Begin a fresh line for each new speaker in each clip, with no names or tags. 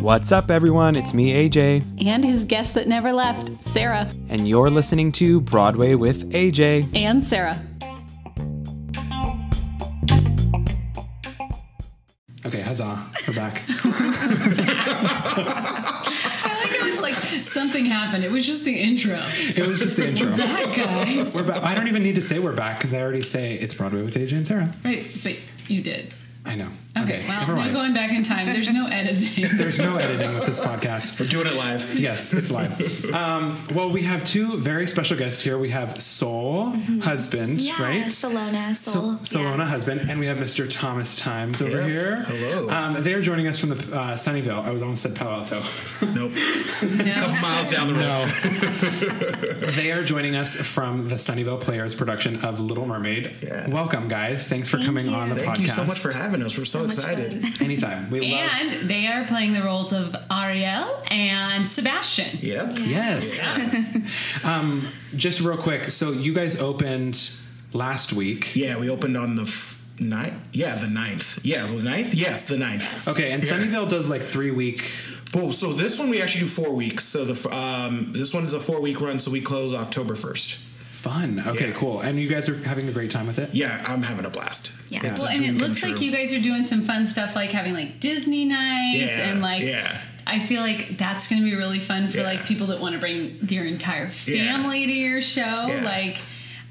What's up, everyone? It's me, AJ,
and his guest that never left, Sarah
and you're listening to Broadway with AJ.
and Sarah.
Okay, huzzah, we're back.
I like how it's like something happened. It was just the intro.
it was just the intro.
That guys.
We're back. I don't even need to say we're back because I already say it's Broadway with AJ and Sarah.
Right, but you did.
I know.
Okay,
never
well,
mind.
we're going back in time. There's no editing.
There's no editing with this podcast.
We're doing it live.
Yes, it's live. um, well, we have two very special guests here. We have Soul, husband,
Yeah,
right?
Solona, Sol.
So- Solona, husband, and we have Mr. Thomas Times over
Yep.
here.
Hello.
Um, they're joining us from the uh, Sunnyvale. I was almost said Palo Alto.
Nope.
No.
Miles down the road.
No. they are joining us from the Sunnyvale Players production of Little Mermaid.
Yeah.
Welcome, guys. Thanks for
Thank
coming
you.
on the
Thank
podcast.
you so much for having us. We're so,
much
excited.
fun.
Anytime. We love
And they are playing the roles of Ariel and Sebastian.
Yep.
Yes. um, just real quick. So you guys opened last week.
Yeah, we opened on the f- ninth. Yeah, the ninth. Yeah, the ninth. Yes, the ninth.
Okay, and
Yeah.
Sunnyvale does like three week.
Cool. So this one we actually do four weeks. So the f- um, this one is a four week run. So we close October first.
Fun. Okay,
Yeah.
cool. And you guys are having a great time with it.
Yeah, I'm having a blast.
Yeah.
It's a
Well, and
dream
it
come
looks
true.
like you guys are doing some fun stuff like having like Disney nights
Yeah,
and like
yeah.
I feel like that's going to be really fun for
Yeah.
like people that want to bring their entire
Yeah.
family to your show.
Yeah. Mm.
Like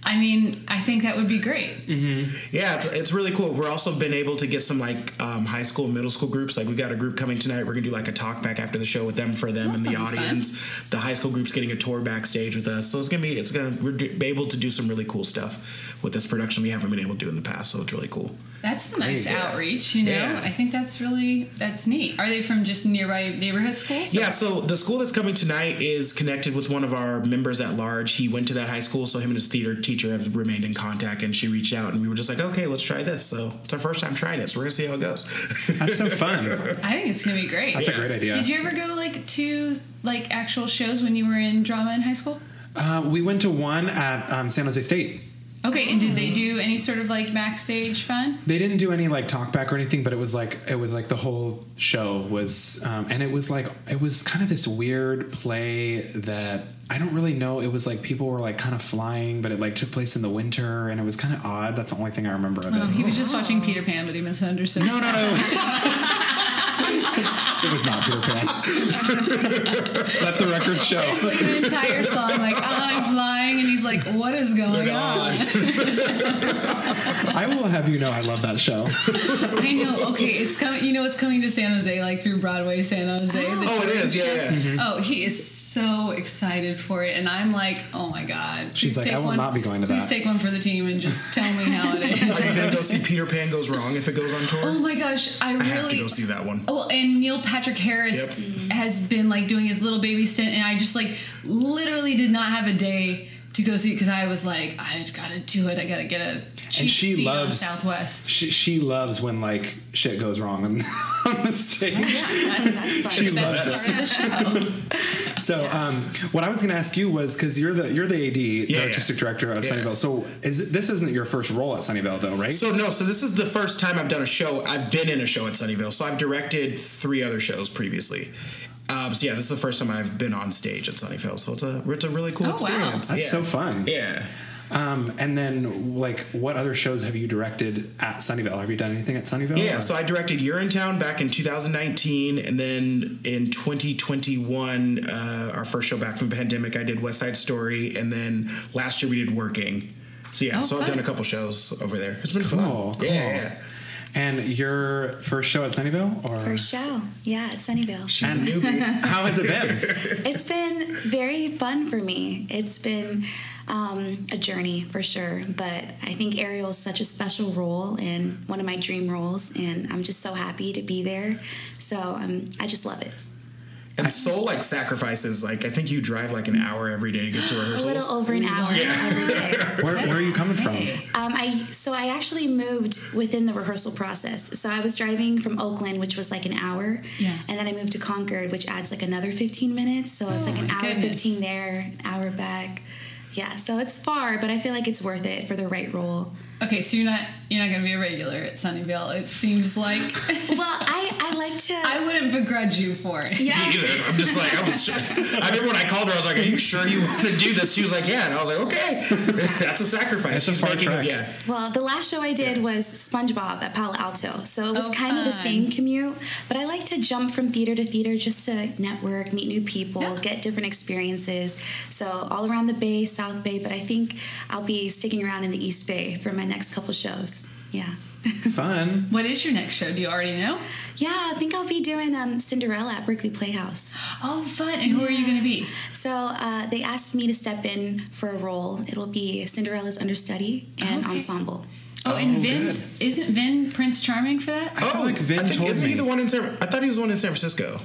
I mean, I think that would be great.
Yeah, it's, it's really cool. We're also been able to get some like um, high school, middle school groups. Like we got a group coming tonight. We're gonna do like a talk back after the show with them for them and the
that'll be fun.
audience. The high school group's getting a tour backstage with us. So it's gonna be it's gonna we're do, be able to do some really cool stuff with this production we haven't been able to do in the past. So it's really cool.
That's a nice
Great, yeah.
outreach, you know.
Yeah.
I think that's really that's neat. Are they from just nearby neighborhood schools?
Yeah, so the school that's coming tonight is connected with one of our members at large. He went to that high school, so him and his theater teacher have remained in contact. And she reached out, and we were just like, okay, let's try this. So it's our first time trying it, so we're gonna see how it goes.
That's so fun. That's
I think it's gonna be great.
a great idea.
Did you ever go like to like actual shows when you were in drama in high school?
uh, we went to one at um, San Jose State.
Okay, and did
Oh.
they do any sort of like backstage fun?
They didn't do any like talk back or anything, but it was like it was like the whole show was, um, and it was like it was kind of this weird play that I don't really know. It was like people were like kind of flying, but it like took place in the winter, and it was kind of odd. That's the only thing I remember of it.
Oh, he was just watching Peter Pan, but he misunderstood.
No, no, no. it was not Peter Pan. Let the record show.
It's like an entire song, like "Oh, I'm flying, and he's like, "What is going on?"
I will have you know I love that show.
I know. Okay, it's coming. You know, it's coming to San Jose, like through Broadway, San Jose. the
oh, it
touring
is.
show.
Yeah, yeah.
Oh, he is so excited for it, and I'm like, "Oh my god!"
She's
please
like,
take
"I will
one-
not be going to
please
that."
take one for the team and just tell me how it is.
Are you gonna go see Peter Pan Goes Wrong if it goes on tour?
oh my gosh, I
I
really
have to go see that one.
Oh, and Neil Patrick Harris has been like doing his little baby stint, and I just like literally did not have a day to go see it because I was like, I gotta do it. I gotta get a cheap
and she
seat on
loves
Southwest.
She, she loves when like shit goes wrong on, on the stage.
Yeah, that's,
That's
She
fun.
loves it.
that's part of the show.
So, um, what I was going to ask you was because you're the you're the AD, the
Yeah,
artistic
yeah.
director of
Yeah.
Sunnyvale. So, is it, this isn't your first role at Sunnyvale though, right?
So no, so this is the first time I've done a show. I've been in a show at Sunnyvale, so I've directed three other shows previously. Um, so yeah, this is the first time I've been on stage at Sunnyvale, so it's a it's a really cool
Oh, wow.
experience.
That's
yeah.
so fun.
Yeah.
Um, and then, like, what other shows have you directed at Sunnyvale? Have you done anything at Sunnyvale?
Yeah,
Or-
so I directed Urinetown back in 2019, and then in 2021, uh, our first show back from pandemic, I did West Side Story, and then last year we did Working. So yeah,
Oh,
so I've
fun.
done a couple shows over there. It's been
Cool,
fun.
cool.
Yeah, yeah.
And your first show at Sunnyvale, or
First show. Yeah, at Sunnyvale.
She's a newbie.
how has it been?
It's been very fun for me. It's been um, a journey for sure, but I think Ariel is such a special role and one of my dream roles, and I'm just so happy to be there. So um, I just love it.
and Soul like sacrifices. Like I think you drive like an hour every day to get to
A
rehearsals.
little over an hour every day.
Where, where are you coming from?
Um, I so I actually moved within the rehearsal process. So I was driving from Oakland, which was like an hour,
Yeah.
and then I moved to Concord, which adds like another fifteen minutes. So it's like an
Oh my
hour
goodness.
fifteen there, an hour back. Yeah, so it's far, but I feel like it's worth it for the right role.
Okay, so you're not you're not gonna be a regular at Sunnyvale. It seems like
Well, I, I like to.
I wouldn't begrudge you for it.
yeah.
either. I'm just like I was. I remember when I called her, I was like, "Are you sure you want to do this?" She was like, "Yeah," and I was like, "Okay, that's a sacrifice."
That's a far trek.
Yeah,
Well, the last show I did was SpongeBob at Palo Alto, so it was
Oh,
kind of the
fun.
same commute. But I like to jump from theater to theater just to network, meet new people,
Yeah.
get different experiences. So all around the Bay, South Bay, but I think I'll be sticking around in the East Bay for my next couple shows. Yeah,
Fun.
What is your next show? Do you already know?
yeah. I think I'll be doing um, Cinderella at Berkeley Playhouse.
Oh, fun! And who are you gonna be?
So uh, they asked me to step in for a role. It'll be Cinderella's understudy and
Okay.
ensemble.
Oh, and Vin's isn't Vin Prince Charming for that?
I feel like Vin
Oh, I think,
told
isn't
me.
he the one in San? I thought he was the one in San Francisco.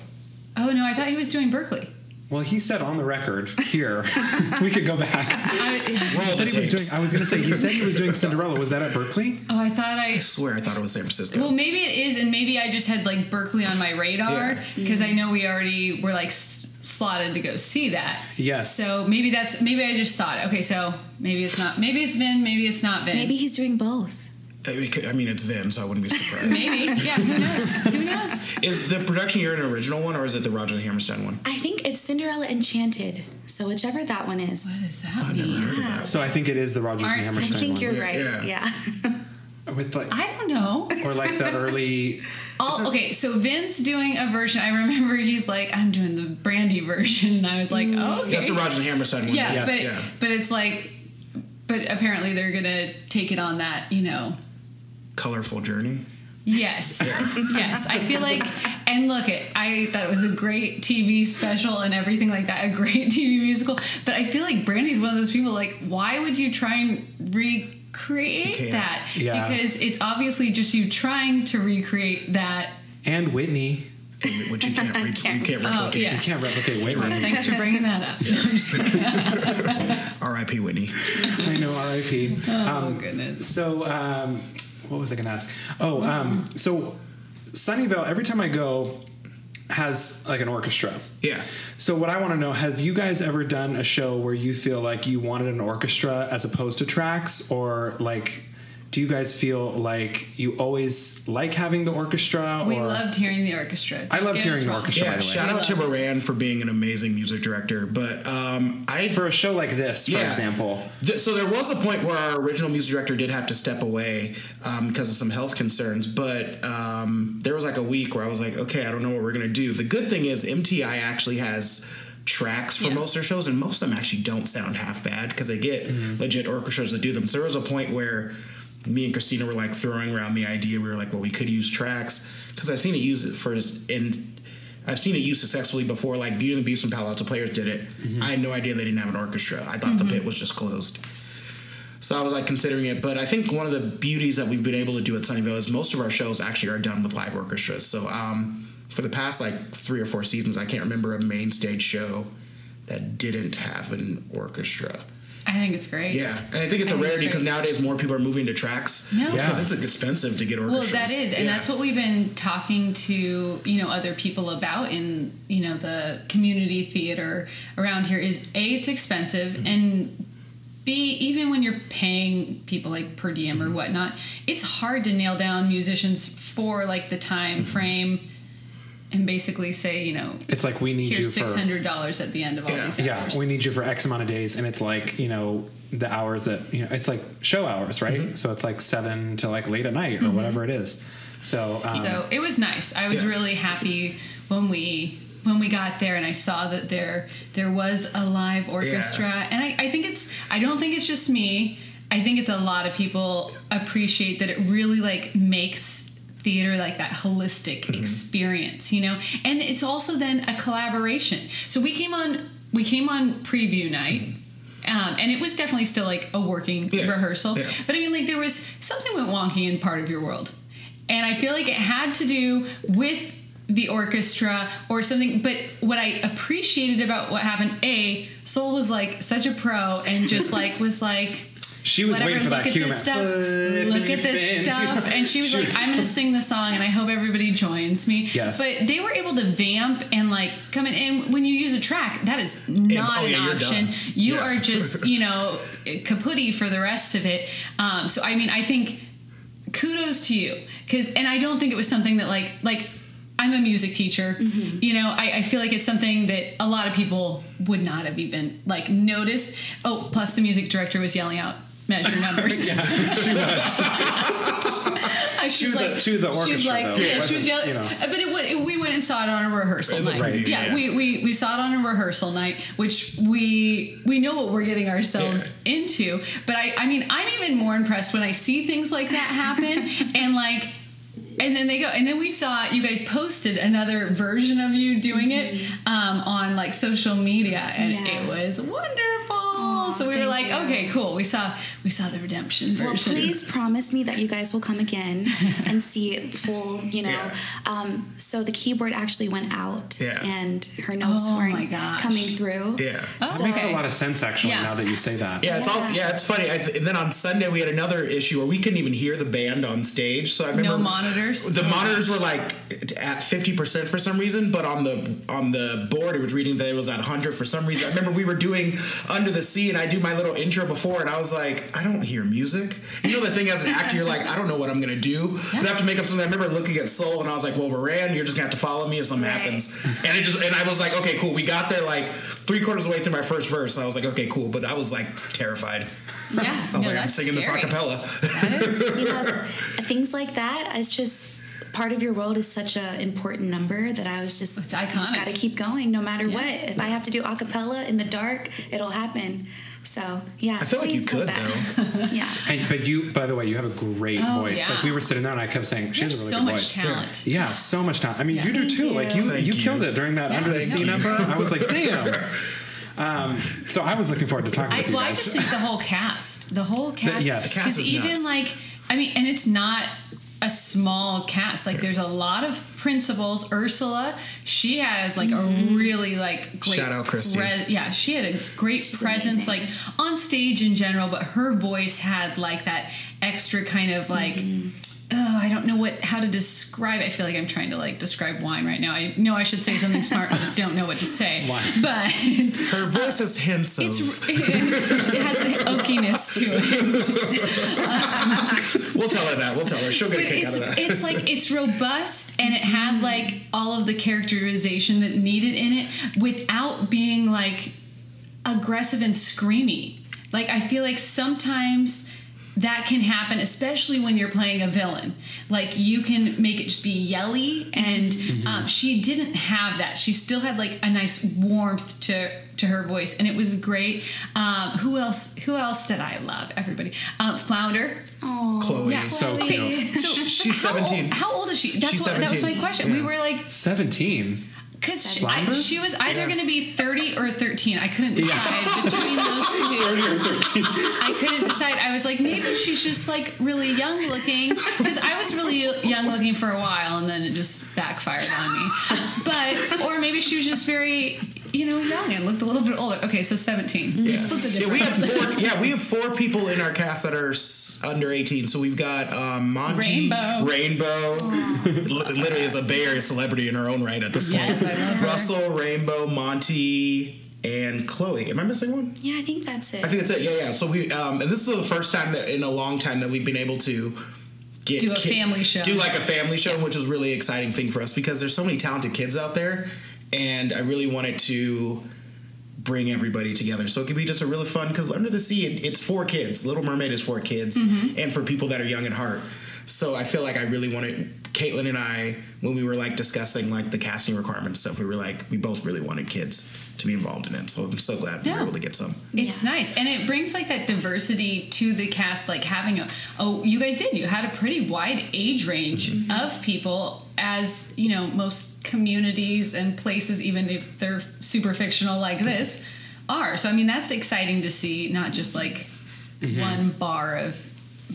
Oh no, I thought he was doing Berkeley.
well, he said on the record here. we could go back.
I,
Roll
He
the
said he was
tapes.
doing. I was gonna say he said he was doing Cinderella. Was that at Berkeley?
oh, I thought I.
I swear, I thought it was San Francisco.
Well, maybe it is, and maybe I just had like Berkeley on my radar
Yeah. Mm-hmm.
because I know we already were like s- slotted to go see that.
Yes.
So maybe that's maybe I just thought okay, so maybe it's not maybe it's Vin, maybe it's not Vin.
Maybe he's doing both.
That we could- I mean, it's Vin, so I wouldn't be surprised.
Maybe. Yeah, who knows? Who knows?
is the production year an original one, or is it the Roger Hammerstein one?
I think it's Cinderella Enchanted. So whichever that one is.
What does that
Never
mean?
heard of that.
So I think it is the Rogers
Aren't-
and
I
I
Hammerstein
think
one.
you're
Yeah,
right.
yeah.
Yeah.
With like,
I don't know.
or like the early.
All, okay, so Vin's doing a version. I remember he's like, I'm doing the brandy version, and I was like, oh, okay.
Mm. That's the Roger Hammerstein one.
yeah,
Yes.
but
Yeah.
but it's like, but apparently they're gonna take it on that, you know.
Colorful journey.
Yes, yes. I feel like, and look, it. I thought it was a great TV special and everything like that, a great TV musical. But I feel like Brandy's one of those people. Like, why would you try and recreate
can't.
that?
Yeah.
Because it's obviously just you trying to recreate that.
And Whitney.
Which you can't, re- you can't
Oh,
replicate.
You
yes.
can't replicate Whitney.
Thanks for bringing that up. No, I'm just kidding.
R.I.P. Whitney.
I know, R.I.P.
Oh goodness.
So, um, what was I going to ask? Oh, um, so Sunnyvale. Every time I go, has like an orchestra.
Yeah.
So, what I want to know: Have you guys ever done a show where you feel like you wanted an orchestra as opposed to tracks, or like? Do you guys feel like you always like having the orchestra?
We
or
loved hearing the orchestra.
I loved
Get us
hearing the
wrong.
orchestra. by
Yeah,
the way.
shout out to Moran for being an amazing music director. But um, I
for a show like this, for
Yeah.
example.
Th- so there was a point where our original music director did have to step away um, because of some health concerns, but um, there was like a week where I was like, okay, I don't know what we're gonna do. The good thing is MTI actually has tracks for
Yeah.
most of their shows, and most of them actually don't sound half bad because they get
Mm-hmm.
legit orchestras that do them. So there was a point where me and Christina were like throwing around the idea. We were like, well, we could use tracks because I've seen it use it for and I've seen it used successfully before, like Beauty and the Beast and Palo Alto Players did it.
Mm-hmm.
I had no idea they didn't have an orchestra. I thought the pit was just closed. So I was like considering it, but I think one of the beauties that we've been able to do at Sunnyvale is most of our shows actually are done with live orchestras. So um, for the past like three or four seasons, I can't remember a main stage show that didn't have an orchestra.
I think it's great.
Yeah, and I think it's a
I think it's
rarity because
great.
nowadays more people are moving to tracks
No.
because
Yeah.
it's expensive to get
Well,
orchestras.
that is, and
Yeah.
that's what we've been talking to you know other people about in you know the community theater around here. Is a it's expensive, and b even when you're paying people like per diem or whatnot, it's hard to nail down musicians for like the time frame, and basically say you know
It's like we need
here's
you
six
for
hundred dollars at the end of all
Yeah.
these
yeah,
hours.
we need you for X amount of days, and it's like you know the hours that you know it's like show hours, right?
Mm-hmm.
So it's like seven to like late at night or whatever it is. So, um,
Mm-hmm. So it was nice. I was
Yeah.
really happy when we when we got there and I saw that there there was a live orchestra. And I, I think it's I don't think it's just me. I think it's a lot of people appreciate that it really like makes theater like that holistic experience, you know? And it's also then a collaboration. So we came on we came on preview night. Um, and it was definitely still like a working
Yeah.
rehearsal.
Yeah.
But I mean, like, there was something went wonky in part of your world. And I feel like it had to do with the orchestra or something. But what I appreciated about what happened, A, Soul was like such a pro and just like was like,
She was
whatever.
waiting for
look
that
at
cue.
this
man.
stuff. Look at this
Flippin'
stuff.
fins.
And she was
She
like,
was-
I'm going to sing the song and I hope everybody joins me.
Yes.
But they were able to vamp and like come in. And when you use a track, that is not
oh,
an
yeah, you're
option.
done.
You
Yeah.
are just, you know, kaputty for the rest of it. Um, so, I mean, I think kudos to you because and i don't think it was something that like like i'm a music teacher you know I, I feel like it's something that a lot of people would not have even like noticed oh plus the music director was yelling out measure numbers yeah she was
To the- to the
she was
orchestra,
like
though. It
yeah she was
wasn't,
yelling
you know.
Uh, but it, wa- we went and saw it on a rehearsal
It's a
night
preview,
yeah,
yeah.
We, we we saw it on a rehearsal night which we we know what we're getting ourselves into but i i mean i'm even more impressed when i see things like that happen and like and then they go and then we saw you guys posted another version of you doing it
Mm-hmm.
um, on like social media and
Yeah.
it was wonderful
Aw,
so we were like
thank you.
okay cool we saw we saw the redemption
Well,
version
please promise me that you guys will come again and see it full, you know.
Yeah.
Um, so the keyboard actually went out
Yeah.
and her notes
Oh my
weren't
gosh.
coming through.
Yeah.
Oh,
That makes
okay.
a lot of sense actually.
Yeah.
Now that you say that,
Yeah, it's all.
Yeah.
Yeah, it's funny. I th- and then on Sunday we had another issue where we couldn't even hear the band on stage. So I remember
monitors?
The monitors were like at fifty percent for some reason, but on the on the board it was reading that it was at hundred for some reason. I remember we were doing Under the Sea, and I do my little intro before, and I was like, I don't hear music. You know the thing as an actor, you're like, I don't know what I'm gonna do. But I have to make up something. I remember looking at Soul, and I was like, Well, Moran, you're just gonna have to follow me if something
Right.
happens. And it just and I was like, Okay, cool. We got there like three quarters of the way through my first verse, and I was like, Okay, cool. But I was like terrified.
yeah
I was
no,
like, I'm
that's
singing
scary.
this a cappella.
That is-
You know, things like that, it's just part of your world is such an important number that I was just
It's
I just
iconic.
gotta keep going no matter what. If I have to do a cappella in the dark, it'll happen. So yeah.
I feel like you
please go
could,
back.
though.
yeah.
And, but you, by the way, you have a great
Oh,
voice.
yeah.
Like we were sitting there, and I kept saying, "She
You
has a
have
really
so
good
much
voice."
talent.
Yeah, so much talent. I mean, you do
Thank
too.
you.
Like you,
Thank
you
you.
killed it during that under the
Thank
sea
you.
number. I was like, "Damn." Um, so I was looking forward to talking
I,
with you
well, I
guys.
just think the whole cast, the whole cast,
yes. The
cast
because
is
even
nuts.
like, I mean, and it's not a small cast. Like, there's a lot of principals. Ursula, she has like
Mm-hmm.
a really like great
Shout out Christy.
yeah, she had a great
She's
presence,
amazing.
like on stage in general, but her voice had like that extra kind of like.
Mm-hmm.
Oh, I don't know what how to describe. it. I feel like I'm trying to like describe wine right now. I know I should say something smart, but I don't know what to say.
Wine.
But
Her voice has hints of.
it's it has an oakiness to it,
we'll tell her that. We'll tell her. She'll get
but
a kick
it's
out of that.
it's like it's robust and it had like all of the characterization that needed in it without being like aggressive and screamy. Like I feel like sometimes that can happen, especially when you're playing a villain. Like you can make it just be yelly, and
Mm-hmm.
um, she didn't have that. She still had like a nice warmth to to her voice, and it was great. Um, who else? Who else did I love? Everybody. Um, Flounder.
Oh
Chloe.
yeah.
So
Oh.
Chloe.
cute.
So
She's
how
17.
Old, how old is she? That's
She's
what that was my
17.
question. We
Yeah.
were like,
Seventeen.
because she, I-
Flounder?
she was either
Yeah.
going to be thirty or thirteen. I couldn't decide between those two. I couldn't decide. I was like, maybe she's just like really young looking because I was really young looking for a while, and then it just backfired on me. But or maybe she was just very, you know, young and looked a little bit older. Okay, so seventeen. You split the
Yeah, we have
difference.
four. Yeah, we have four people in our cast that are s- under eighteen. So we've got um, Monty
Rainbow.
Rainbow, li- literally is a Bay Area celebrity in her own right at this point.
Yes, I love her.
Russell, Rainbow, Monty, and Chloe. Am I missing one?
Yeah, I think that's it.
I think that's it. Yeah, yeah. So we um, and this is the first time that in a long time that we've been able to get
Do a family show.
do like a family show, which is really exciting thing for us because there's so many talented kids out there, and I really wanted to bring everybody together. So it could be just a really fun because Under the Sea it, it's for kids. Little Mermaid is for kids and for people that are young at heart. So I feel like I really wanted Caitlin and I when we were like discussing like the casting requirements and stuff. We were like we both really wanted kids to be involved in it. So I'm so glad we
Yeah.
were able to get some.
It's
Yeah.
nice, and it brings like that diversity to the cast. Like having a oh, you guys did. You had a pretty wide age range of people, as you know, most communities and places, even if they're super fictional like this, are. So I mean, that's exciting to see. Not just like one bar of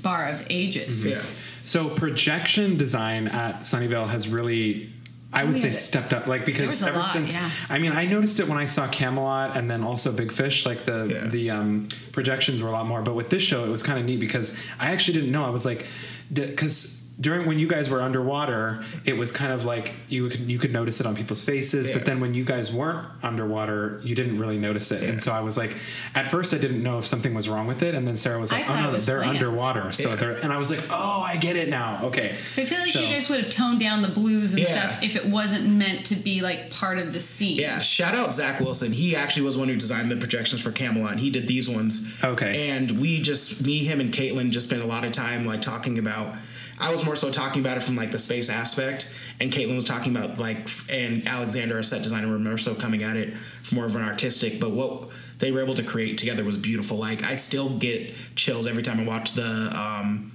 bar of ages.
Yeah.
So projection design at Sunnyvale has really I would
yeah,
say
but-
stepped up, like
was
because
a
ever
lot,
since
yeah.
I mean, I noticed it when I saw Camelot and then also Big Fish. Like the
Yeah.
the um, projections were a lot more, but with this show, it was kind of neat because I actually didn't know. I was like, because. During when you guys were underwater, it was kind of like you could you could notice it on people's faces,
Yeah.
but then when you guys weren't underwater, you didn't really notice it. And so I was like, at first I didn't know if something was wrong with it, and then Sarah was
I
like, "Oh
thought it
no,
was
they're
planned."
underwater." So
Yeah.
they're and I was like, "Oh, I get it now." Okay.
So I feel like
So-
you guys would have toned down the blues and
Yeah.
stuff if it wasn't meant to be like part of the scene.
Yeah, shout out Zach Wilson. He actually was the one who designed the projections for Camelot. He did these ones.
Okay.
And we just, me, him, and Caitlin just spent a lot of time like talking about. I was more so talking about it from like the space aspect, and Caitlin was talking about like, f- and Alexander, our set designer, were more so coming at it from more of an artistic. But what they were able to create together was beautiful. Like I still get chills every time I watch the um,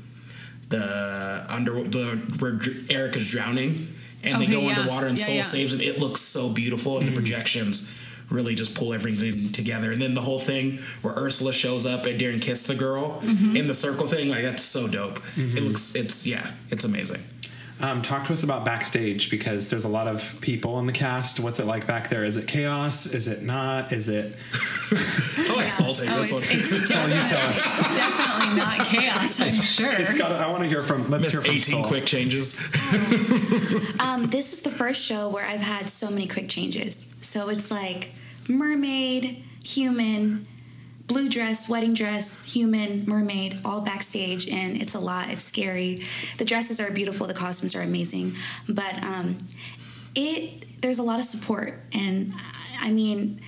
the under the where Dr- Erica's drowning, and they
Okay,
go
yeah.
underwater and
Yeah,
Soul
yeah.
saves and it looks so beautiful and the projections really just pull everything together and then the whole thing where ursula shows up and during kiss the girl
Mm-hmm.
in the circle thing like that's so dope it looks it's yeah it's amazing
Um, talk to us about backstage because there's a lot of people in the cast. What's it like back there? Is it chaos? Is it not? Is it?
oh it's salty
Oh,
this one
it's, it's definitely, definitely not chaos, I'm sure.
It's got. I want to hear from. Let's hear
Missed
from
18
Sol.
quick changes
Um, this is the first show where I've had so many quick changes. So it's like mermaid, human, blue dress, wedding dress, human, mermaid, all backstage, and it's a lot. It's scary. The dresses are beautiful. The costumes are amazing, but um, it there's a lot of support, and I- I mean.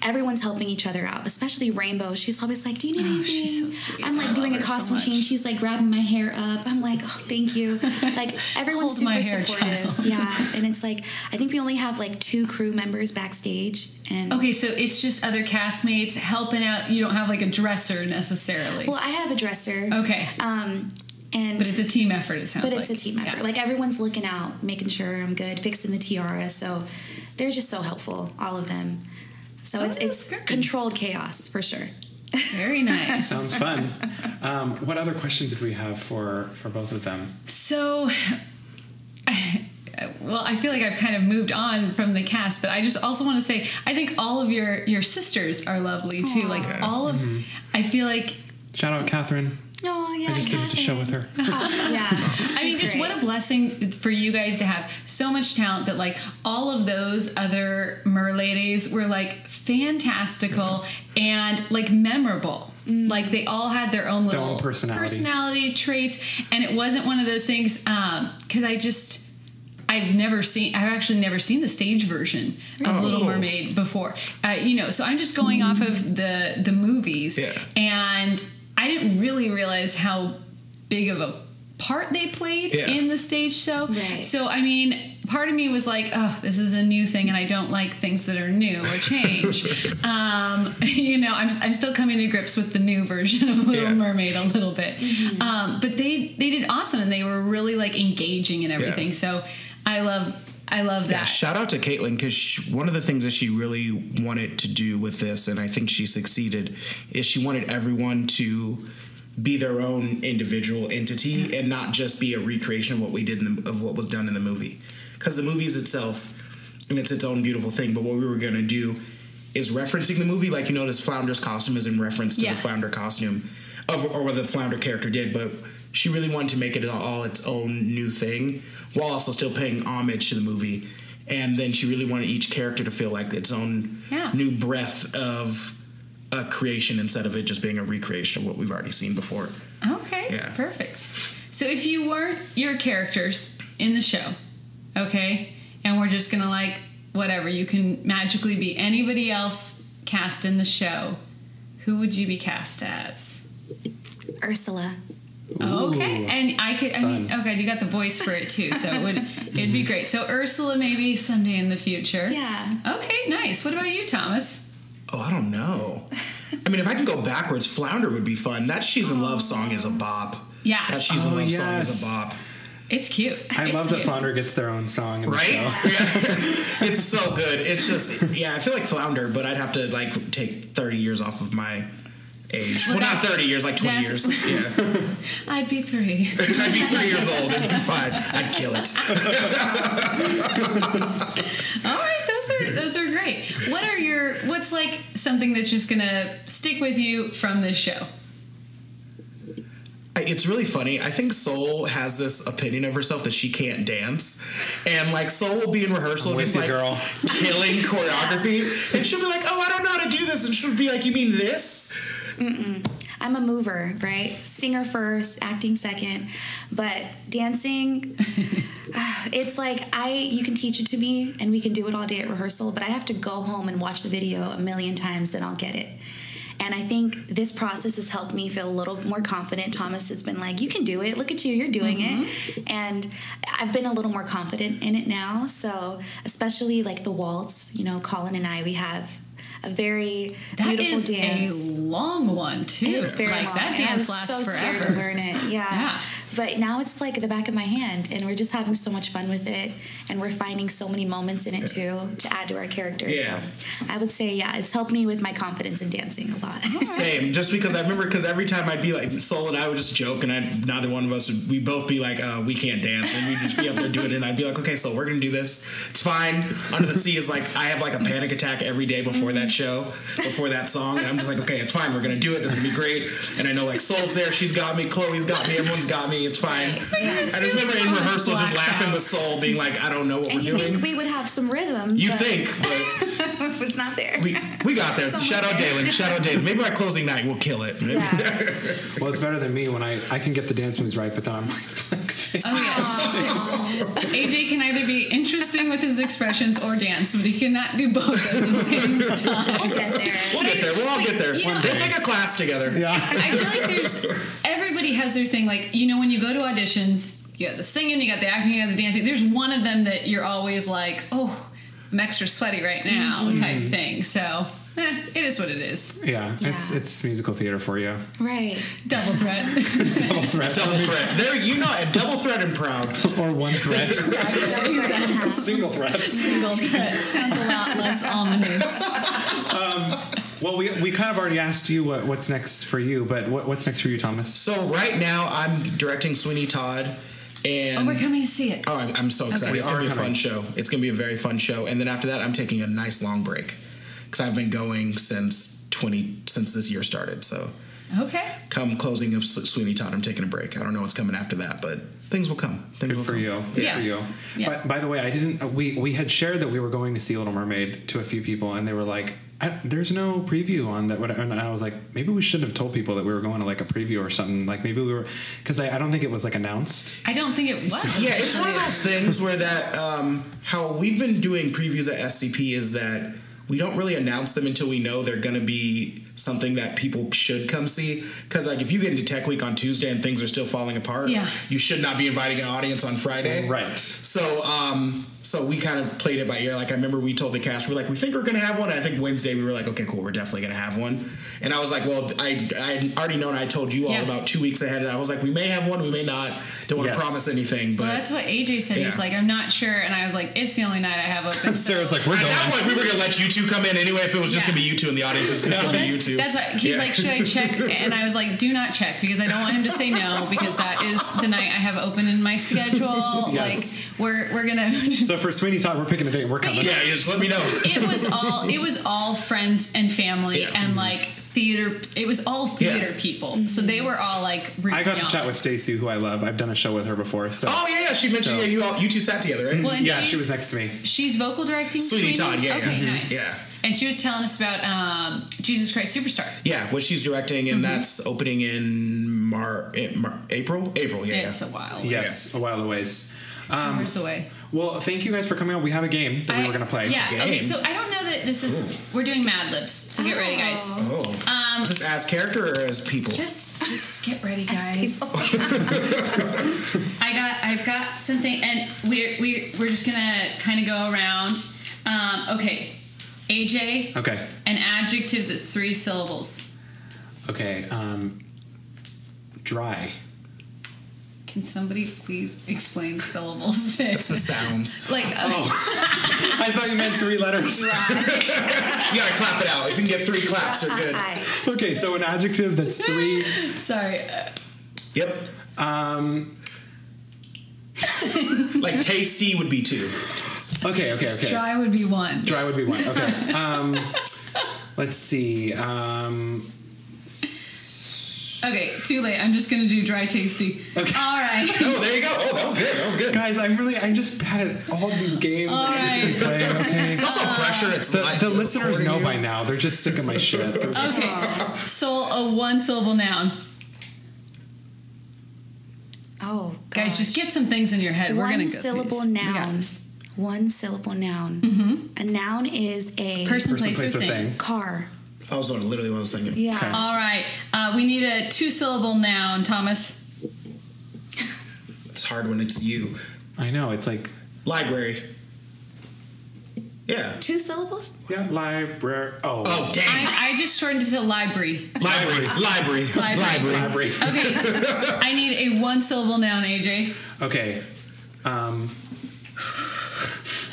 Everyone's helping each other out, especially Rainbow. She's always like, "Do you need anything?"
Oh, she's so sweet.
I'm
I
like
love
doing a
her so
costume
much.
change. She's like grabbing my hair up. I'm like, "Oh, thank you." Like everyone's
Hold
super
my hair,
supportive.
child.
Yeah, and it's like I think we only have like two crew members backstage, and
Okay, so it's just other castmates helping out. You don't have like a dresser necessarily.
well, I have a dresser.
okay,
Um, and
but it's a team effort. It sounds
but
like.
it's a team effort.
Yeah.
Like everyone's looking out, making sure I'm good, fixing the tiara. So they're just so helpful, all of them. So it's
Oh, that's
it's
good.
controlled chaos for sure.
Very nice.
Sounds fun. um, what other questions did we have for for both of them?
So, well, I feel like I've kind of moved on from the cast, but I just also want to say I think all of your your sisters are lovely too. Like all of, I feel like
Shout out Catherine.
Oh yeah,
I just did the show with her.
Oh, yeah,
I mean,
she's
just
great.
what a blessing for you guys to have so much talent that like all of those other Mer ladies were like fantastical and like memorable. Like they all had their own little
own personality.
personality traits, and it wasn't one of those things. Because I just. I've never seen. I've actually never seen the stage version of Little Mermaid before. Uh, you know, so I'm just going off of the the movies,
Yeah.
and I didn't really realize how big of a part they played
Yeah.
in the stage show.
Right.
So I mean, part of me was like, "Oh, this is a new thing, and I don't like things that are new or change." um, you know, I'm I'm still coming to grips with the new version of Little
Yeah.
Mermaid a little bit. Um, but they they did awesome, and they were really like engaging and everything. So I love I love that.
Shout out to Caitlin because one of the things that she really wanted to do with this, and I think she succeeded, is she wanted everyone to be their own individual entity and not just be a recreation of what we did in the, of what was done in the movie. Because the movie is itself, and it's its own beautiful thing. But what we were gonna do is referencing the movie, like you notice Flounder's costume is in reference to
Yeah.
the Flounder costume, of or what the Flounder character did, but. She really wanted to make it all its own new thing, while also still paying homage to the movie and then she really wanted each character to feel like its own
Yeah.
new breath of a creation instead of it just being a recreation of what we've already seen before.
Okay.
Yeah.
Perfect. So if you weren't your characters in the show, okay, and we're just gonna like whatever, you can magically be anybody else cast in the show. Who would you be cast as?
Ursula.
Okay, and I could. I mean, okay, you got the voice for it too, so it would it'd be great. So Ursula, maybe someday in the future.
Yeah.
Okay, nice. What about you, Thomas?
Oh, I don't know. I mean, if I can go backwards, Flounder would be fun. That She's in Love song is a bop.
Yeah.
That She's in
Oh,
Love song is
yes.
a bop.
It's cute.
I
It's
love that
cute.
Flounder gets their own song in the
Right?
show.
Yeah. it's so good. It's just, yeah, I feel like Flounder, but I'd have to like take 30 years off of my age.
Well,
Well, not
that's-
30 years, like 20
that's-
years. Yeah.
I'd be three.
I'd be three years old. It'd be fine. I'd kill it.
All right, those are those are great. What are your what's like something that's just gonna stick with you from this show?
I- It's really funny. I think Soul has this opinion of herself that she can't dance, and like Soul will be in rehearsal,
I'm with
just
you,
like
girl.
killing choreography, and she'll be like, "Oh, I don't know how to do this," and she'll be like, "You mean this?"
I'm a mover, right? Singer first, acting second, but dancing ah, it's like I you can teach it to me and we can do it all day at rehearsal, but I have to go home and watch the video a million times then I'll get it. And I think this process has helped me feel a little more confident. Thomas has been like, "You can do it. Look at you. You're doing
Mm-hmm.
it." And I've been a little more confident in it now. So, especially like the waltz, you know, Colin and I, we have a very
That
beautiful
is
dance.
a long one too.
It's very
like
long.
that
and I was
dance lasts
so scared to
forever.
learn it. Yeah.
Yeah.
But now it's like the back of my hand, and we're just having so much fun with it, and we're finding so many moments in it too to add to our characters.
Yeah.
So I would say, yeah, it's helped me with my confidence in dancing a lot.
Oh.
Same. Just because I remember, because every time I'd be like, Soul and I would just joke, and I'd, neither one of us would, we'd both be like, uh, "We can't dance," and we'd just be up there doing it, and I'd be like, "Okay, so we're gonna do this. It's fine." Under the Sea is like I have like a panic attack every day before
Mm-hmm.
that show, before that song, and I'm just like, "Okay, it's fine. We're gonna do it. It's gonna be great." And I know like Soul's there, she's got me, Chloe's got me, everyone's got me. It's fine. I just remember in
Thomas
rehearsal just
blacks
laughing
out.
with Soul, being like, "I don't know what
and you
we're doing."
think we would have some rhythm.
you
but
think, but.
it's not there.
We, we got there. Shout out Dalen. Shout out Dalen. Maybe our closing night will kill it.
yeah.
Well, it's better than me when I, I can get the dance moves right, but then I'm like,
Oh yes. AJ can either be interesting with his expressions or dance, but he cannot do both at the same time.
We'll get there.
We'll get there. We'll all get there.
You know-
we'll take a class together.
yeah.
I feel like there's everybody has their thing. Like you know, when you go to auditions, you got the singing, you got the acting, you got the dancing. There's one of them that you're always like, oh, I'm extra sweaty right now, type thing. So eh, it is what it is.
Yeah, it's
Yeah.
it's musical theater for you.
Right.
Double threat.
Double threat.
Double threat. There, you know, it. double threat and proud.
or one threat. Single threats.
Single threat sounds a lot less ominous.
Well, we, we kind of already asked you what, what's next for you, but what, what's next for you, Thomas?
So right now, I'm directing Sweeney Todd, and
Oh, we're coming to see it.
Oh, I'm, I'm so excited.
We
It's
are
going to be a
coming.
fun show. It's going to be a very fun show. And then after that, I'm taking a nice long break because I've been going since 20 since this year started. So
Okay.
come closing of Swe- Sweeney Todd, I'm taking a break. I don't know what's coming after that, but things will come. Things will
Good for
come.
you. Good
Yeah.
for you.
Yeah.
But by the way, I didn't. uh, We we had shared that we were going to see Little Mermaid to a few people, and they were like, I, "There's no preview on that." And I was like, "Maybe we should have told people that we were going to like a preview or something. Like maybe we were because I, I don't think it was like announced.
I don't think it was.
Yeah, it's one of those things where that um, how we've been doing previews at SCP is that we don't really announce them until we know they're going to be something that people should come see. Because like if you get into Tech Week on Tuesday and things are still falling apart,
Yeah.
you should not be inviting an audience on Friday.
Right.
So um, so we kind of played it by ear. Like I remember we told the cast we're like we think we're going to have one. I think Wednesday we were like okay cool we're definitely going to have one. And I was like well I I already known I told you all
Yeah.
about two weeks ahead. And I was like we may have one we may not. Don't want to
Yes.
promise anything. But
Well, that's what AJ said.
Yeah.
He's like, I'm not sure, and I was like, it's the only night I have open. so-
Sarah's like, "We're
At that
going."
point, we were gonna let you two come in anyway. If it was just
Yeah.
gonna be you two in the audience, it's
Well,
gonna be
that's,
you two.
that's why he's
Oh, Yeah.
like, should I check? And I was like, do not check because I don't want him to say no because that is the night I have open in my schedule.
Yes.
Like we're we're gonna.
So for Sweeney Todd, we're picking a date. We're coming.
yeah, you just let me know.
it was all it was all friends and family
Yeah.
and like theater. It was all theater
Yeah.
people. So they were all like.
I got to
really
chat with Stacy, who I love. I've done a show with her before, so
Oh yeah, yeah. She mentioned
So-
yeah. You all, you two sat together, right?
Well, and
yeah,
she's,
she was next to me.
She's vocal directing.
Sweeney Todd, yeah,
Okay,
yeah. Mhm.
nice.
Yeah.
And she was telling us about um, Jesus Christ Superstar.
yeah, what she's directing,
Mm-hmm.
and that's opening in Mar, in Mar- April, April. Yeah,
It's a while.
Yes, a while ways.
Hours away.
Well, thank you guys for coming out. We have a game that we were going to play.
Yeah.
Game.
Okay. So I don't know that this is. We're doing Mad Libs. So get ready, guys.
Oh.
Oh, is this as character or as people?
um, Just, just get ready, guys.
As
I got, I've got something, and we're we we're just gonna kind of go around. Um, okay, AJ,
Okay.
an adjective that's three syllables.
Okay. Um, dry.
Can somebody please explain syllables to
It's the sounds.
like
Oh,
uh,
I thought you meant three letters.
You gotta clap it out. If you can get three claps, you're good.
Hi.
okay, so an adjective that's three.
sorry uh,
Yep.
Um,
Like tasty would be two.
okay, okay, okay.
dry would be one
Dry would be one. Okay. Um, let's see. Um, s-
okay too late i'm just gonna do dry tasty
Okay.
all right
Oh, there you go. Oh, that was good. That was good.
guys, I'm really, I'm just bad at all of these games.
all right
Playing, okay.
That's no pressure. It's
The,
live.
the
We're
listeners
recording
know by
you.
now. They're just sick of my shit.
okay soul a one syllable noun
Oh,
guys
gosh.
just get some things in your head we're
one
gonna go through
syllable
these. We got
noun.
this.
One syllable noun. A noun is a
Mm-hmm. person,
Person,
place,
place, or thing.
car.
I was literally what I was thinking.
Yeah.
all right uh, we need a two syllable noun thomas
It's hard when it's you.
I know. It's like,
Library. Yeah.
Two syllables?
yeah, library. Oh.
Oh, dang.
I, I just shortened it to library
Library. Library.
Library.
Library.
Library.
okay i need a one syllable noun aj
Okay. Um,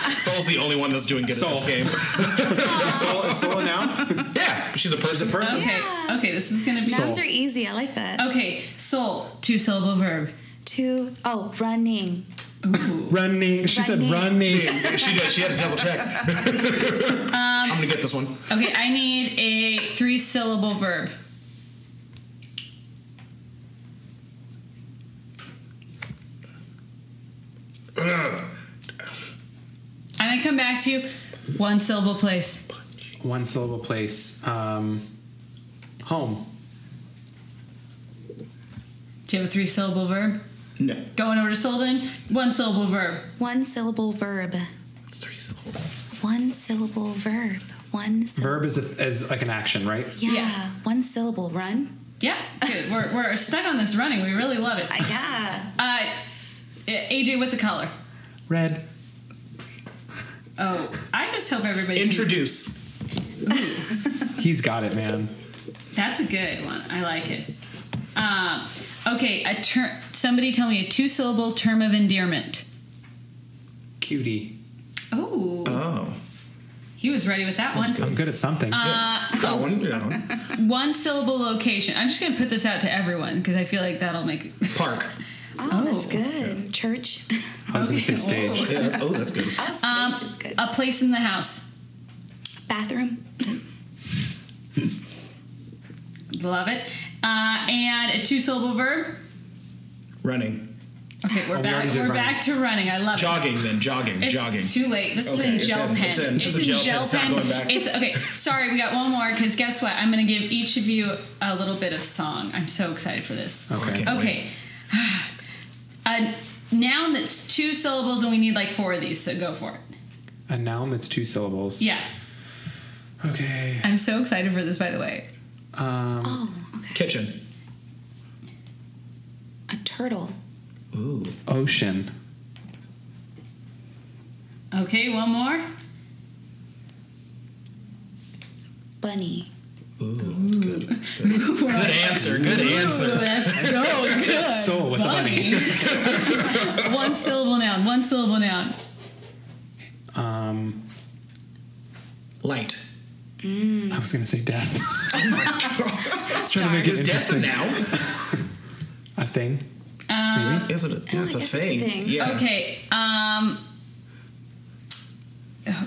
Soul's the only one that's doing good
Soul.
at this game.
soul, soul now?
Yeah. She's a person.
Person?
okay
Yeah.
okay this is gonna be
Nouns
Soul.
are easy. I like that.
Okay, soul, two syllable verb.
Two, oh, running.
Ooh.
Running. She said
Running.
running.
she did. She had to double check.
Um,
I'm gonna get this one.
Okay, I need a three syllable verb. I'm gonna come back to you. One syllable place.
One syllable place. Um, home.
Do you have a three syllable verb?
No.
Going over to soul then. One syllable verb.
One syllable verb.
It's three syllables.
One syllable verb. One syllable.
Verb is, a, is like an action, right?
Yeah.
Yeah.
One syllable. Run.
Yeah, good. We're, we're stuck on this running. We really love it.
Uh, yeah.
Uh, AJ, what's a color?
Red.
Oh, I just hope everybody.
Introduce.
He's got it, man.
That's a good one. I like it. Um, okay, a term. Somebody tell me a two-syllable term of endearment.
Cutie.
Oh,
Oh.
he was ready with that one. Uh,
I'm good at something.
That one. That one.
One-syllable location. I'm just gonna put this out to everyone because I feel like that'll make.
Park.
Oh, that's
Oh.
good. Church.
I was
okay.
going to say stage.
Yeah, that- oh, that's good.
Oh, stage.
Um,
it's good.
A place in the house.
Bathroom.
Love it. Uh, and a two-syllable verb.
Running.
Okay, we're
we
back.
already
We're
did running.
back to running. I love it.
Jogging. Then jogging.
It's
jogging.
too late. This
Okay,
is
it's
in gel
in.
pen.
It's in. This is a gel pen. It's not going back.
It's- okay. Sorry, we got one more because guess what? I'm going to give each of you a little bit of song. I'm so excited for this.
Okay.
I can't
Okay. A noun that's two syllables, and we need like four of these. So go for it.
A noun that's two syllables.
Yeah.
Okay.
I'm so excited for this. By the way.
Um,
Oh, okay.
wait. Kitchen.
A turtle.
Ooh.
ocean.
Okay, one more.
Bunny.
Ooh. That's good. That's good. Good answer. Good answer.
That's so good.
Soul with the bunny.
one syllable noun. One syllable noun.
Um,
Light.
I was going to say death. Trying to
Darn.
make
Is
it
death a
interesting.
noun?
A thing.
Um,
Is it a, that's
I
a
guess it's a
thing.
thing.
Yeah.
Okay. Um,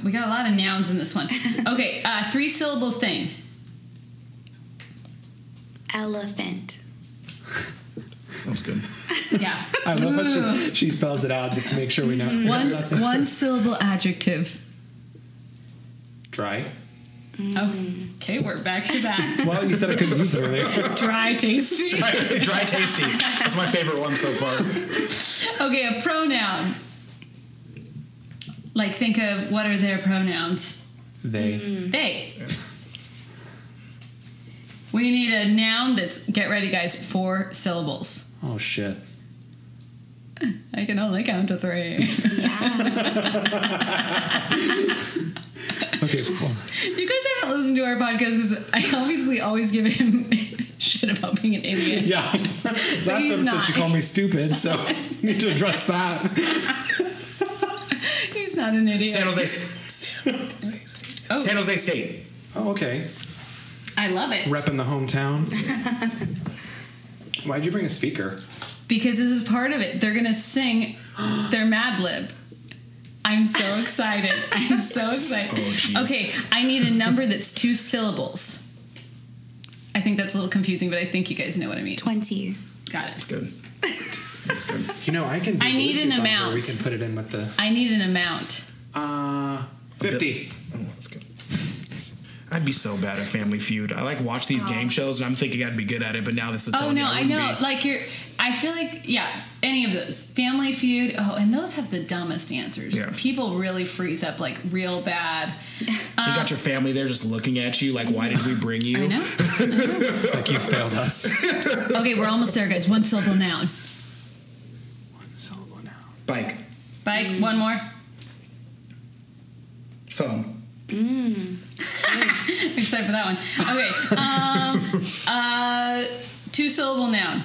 we got a lot of nouns in this one. Okay, uh, three syllable thing.
Elephant.
That's good.
Yeah.
I love how she, she spells it out just to make sure we know.
One one syllable adjective.
Dry.
Okay, we're back to that.
Well, you said I couldn't use it earlier.
Dry tasty.
Dry tasty. That's my favorite one so far.
Okay, a pronoun. Like think of what are their pronouns?
They.
They. We need a noun that's get ready guys, four syllables.
Oh, shit.
I can only count to three.
Okay, cool.
You guys haven't listened to our podcast because I obviously always give him sh- shit about being an idiot.
Yeah. Last
he's
episode
not.
she called me stupid, so need to address that.
He's not an idiot.
San Jose. San Jose State.
Oh.
San Jose State.
Oh, okay.
I love it
Repping the hometown. Why'd you bring a speaker?
because this is part of it. They're gonna sing their Mad Lib. I'm so excited. I'm so excited.
Oh, jeez.
okay, I need a number that's two syllables. I think that's a little confusing, but I think you guys know what I mean.
20.
Got it.
Good. That's good.
You know, I can. Do
I need an
Bluetooth on here.
amount.
We can put it in with the.
I need an amount.
Uh, fifty.
Oh, that's good. I'd be so bad at Family Feud. I like watch these game shows, and I'm thinking I'd be good at it, but now this is
Oh
telling me
no, I
wouldn't
know.
be.
Like you're. I feel like yeah. Any of those Family Feud. Oh, and those have the dumbest answers.
Yeah.
People really freeze up like real bad. Um,
you got your family there just looking at you, like, why did we bring you?
I know.
Like you failed us.
okay, we're almost there, guys. One syllable noun.
One syllable now.
Bike,
Bike. One more.
phone,
Except for that one. Okay. Um, uh, two syllable noun.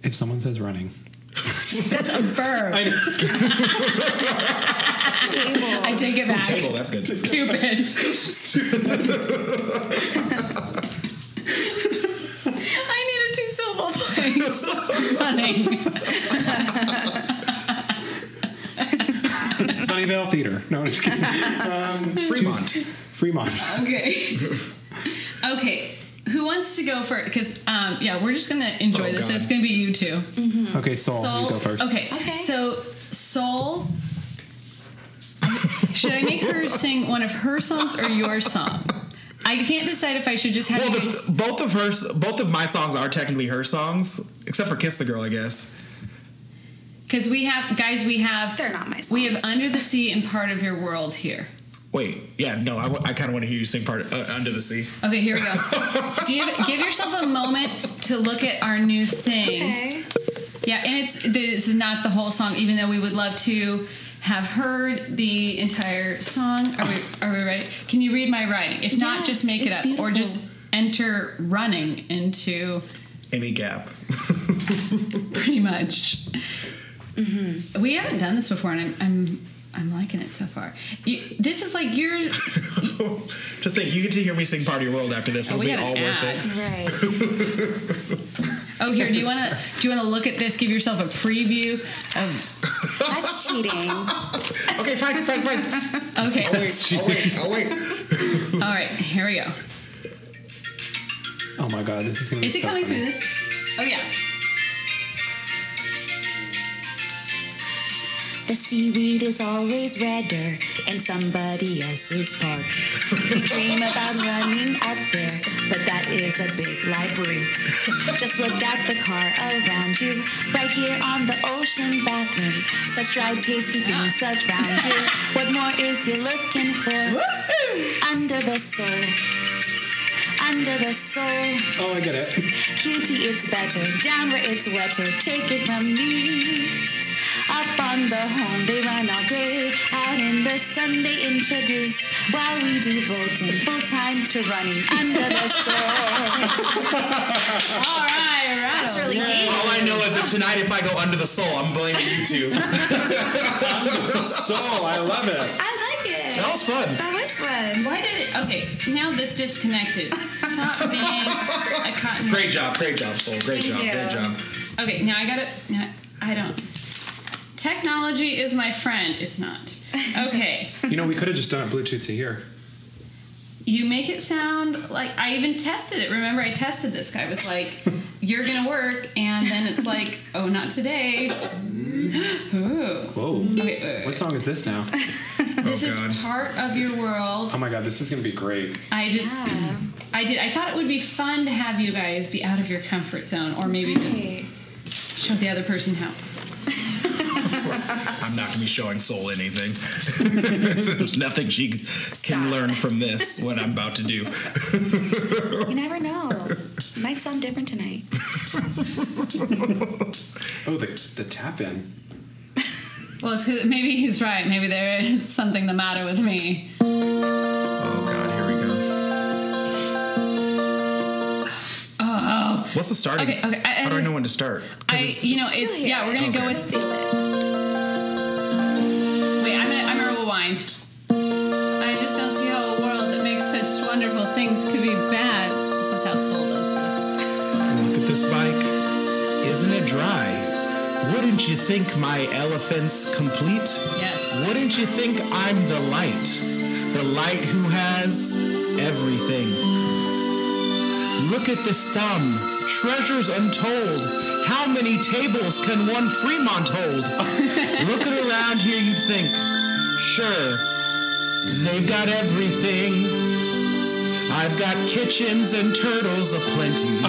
If someone says running,
That's a verb. I,
Table.
take it back.
table. That's good. That's good.
Stupid. I need a two syllable place. Running.
Sunnyvale Theater. No, I'm just kidding. Um,
Fremont.
Fremont.
Okay. okay. Who wants to go first? Because um, yeah, we're just gonna enjoy
Oh,
this.
God.
It's gonna be you two.
Okay, Soul. You go first.
Okay.
Okay.
So Soul. should I make her sing one of her songs or your song? I can't decide if I should just have
Well,
you.
the, both of her, both of my songs are technically her songs, except for "Kiss the Girl," I guess.
Because we have guys, we have
They're not my songs.
we have Under the Sea and Part of Your World here.
Wait, yeah, no, I, kind of want to hear you sing part uh, "Under the Sea."
Okay, here we go. give, give yourself a moment to look at our new thing.
Okay.
Yeah, and it's this is not the whole song, even though we would love to have heard the entire song. Are we are we ready? Can you read my writing? If not, just
Yes,
make it
it's
up or
beautiful.
just enter running into
Amy Gap.
pretty much.
Mm-hmm.
We haven't done this before, and I'm I'm I'm liking it so far. You, this is like your
Just think, you get to hear me sing "Part of Your World" after this. It'll
Oh, we
be
got
all
an
worth
ad.
it.
Right.
Oh, here. Do you want to do you want to look at this? Give yourself a preview of.
That's cheating.
Okay, fine, fine, fine.
Okay.
I'll wait. I'll wait. I'll wait.
All right. Here we go.
Oh my God, this is gonna.
Is
be
it
so
coming
funny.
through this? Oh yeah.
The seaweed is always redder in somebody else's park. You dream about running out there, but that is a big library. Just look at the car around you, right here on the ocean bathroom. Such dry, tasty things, such round here. What more is you looking for? Under the soul. Under the soul.
Oh, I get it.
Cutie, it's better. Down where it's wetter. Take it from me. Up on the home, they run all day. Out in the sun, they introduce. While we do voting, full time to running under the soil.
All right. Right.
That's really deep.
All I know is that tonight, if I go under the soul, I'm blaming you two. That
Soul, I love it.
I like it.
was fun.
That was fun.
Why did it? Okay, now this disconnected. Stop being a cotton.
Great job, great job, soul. Great job,
Thank you.
great job.
Okay, now I gotta. Now, I don't. Technology is my friend. It's not. Okay,
You know, we could have just done it Bluetooth to here.
you make it sound like I even tested it. Remember, I tested this guy. I was like, "You're gonna work," and then it's like, "Oh, not today." Ooh.
Whoa.
Wait, wait,
What
wait.
song is this now?
This is
God.
part of your world.
Oh my God, this is gonna be great.
I just, I did. I thought it would be fun to have you guys be out of your comfort zone, or maybe just
Hey,
show the other person how.
I'm not gonna be showing soul anything. There's nothing she can learn from this. What I'm about to do.
You never know. Might sound different tonight.
Oh, the the tap in.
Well, it's 'cause- maybe he's right. Maybe there is something the matter with me.
Oh God, here we go.
Oh,
What's the starting?
Okay, okay, I-
How do I
I-
know when to start? 'Cause
I,
it's-
you know, it's
You'll
yeah. We're
hear
gonna
it.
Okay.
go
You'll
with.
feel it.
Wait, I'm gonna, I'm gonna rewind. I just don't see how a world that makes such wonderful things could be bad. This is how soul does this.
Look at this bike. Isn't it dry? Wouldn't you think my elephant's complete?
Yes.
Wouldn't you think I'm the light? The light who has everything. Look at this thumb. Treasures untold. How many tables can one Fremont hold? Looking around here, you'd think, sure, they've got everything. I've got kitchens and turtles aplenty.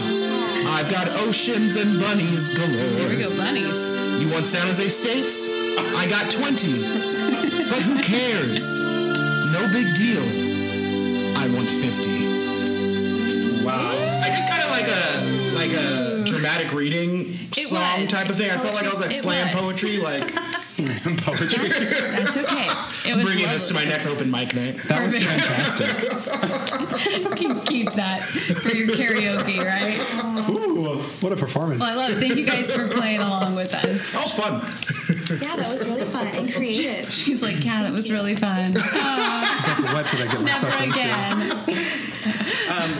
I've got oceans and bunnies
Here we
galore.
go, bunnies.
You want San Jose States? I got 20. But who cares? No big deal. I want 50.
Wow.
I did kind of like a like a dramatic reading
It
song
was.
type of thing. I felt like I was like
It
slam
was.
poetry, like
Slam poetry.
That's okay. It was
bringing this to my
lovely.
next open mic night.
That was fantastic.
You can keep that for your karaoke, right?
Ooh, what a performance.
Well, I love it. Thank you guys for playing along with us.
That was fun.
Yeah, that was really fun and creative.
She's like, yeah, that was really fun. Oh,
Exactly. What did I get
never
myself into?
again.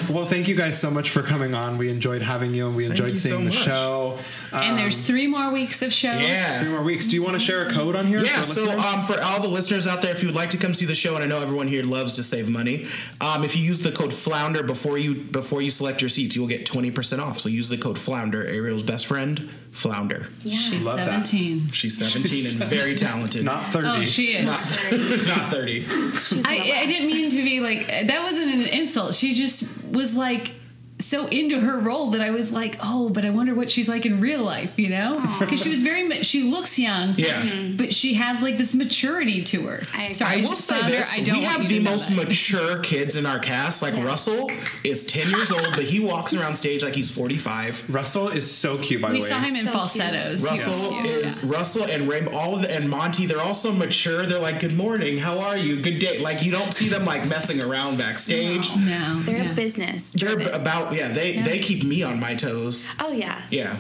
Well, thank you guys so much for coming on. We enjoyed having you and we enjoyed
you so
seeing the
much.
show.
And there's three more weeks of shows.
Um, Yeah.
Three more weeks. Do you want to share a code on here?
Yeah,
for
so
listeners?
um, for all the listeners out there, if you would like to come see the show, and I know everyone here loves to save money, um, if you use the code Flounder before you before you select your seats, you will get twenty percent off. So use the code Flounder, Ariel's best friend, Flounder.
Yeah.
She's
Love that.
17.
She's seventeen and very talented.
not 30.
Oh, she is.
not thirty.
Mm-hmm.
She's in
I, I didn't mean to be like that wasn't an insult. She just was like so into her role that I was like, oh, but I wonder what she's like in real life, you know? Because she was very ma- she looks young,
Yeah. Mhm.
but she had like this maturity to her.
I-
Sorry,
I
I
will
just
say
found her.
this:
I don't
we
want
have
you
the
to know
most
that.
mature kids in our cast. Like Russell is ten years old, but he walks around stage like he's forty-five.
Russell is so cute, by
We
the way.
saw him in
So
falsettos. He was
Russell
cute,
is Russell and Ray, all of the, and Monty. They're all so mature. They're like, "Good morning, how are you? Good day." Like you don't see them like messing around backstage.
yeah. No,
They're
yeah.
a business.
They're
driven.
about yeah. They they keep me on my toes.
Oh yeah.
Yeah,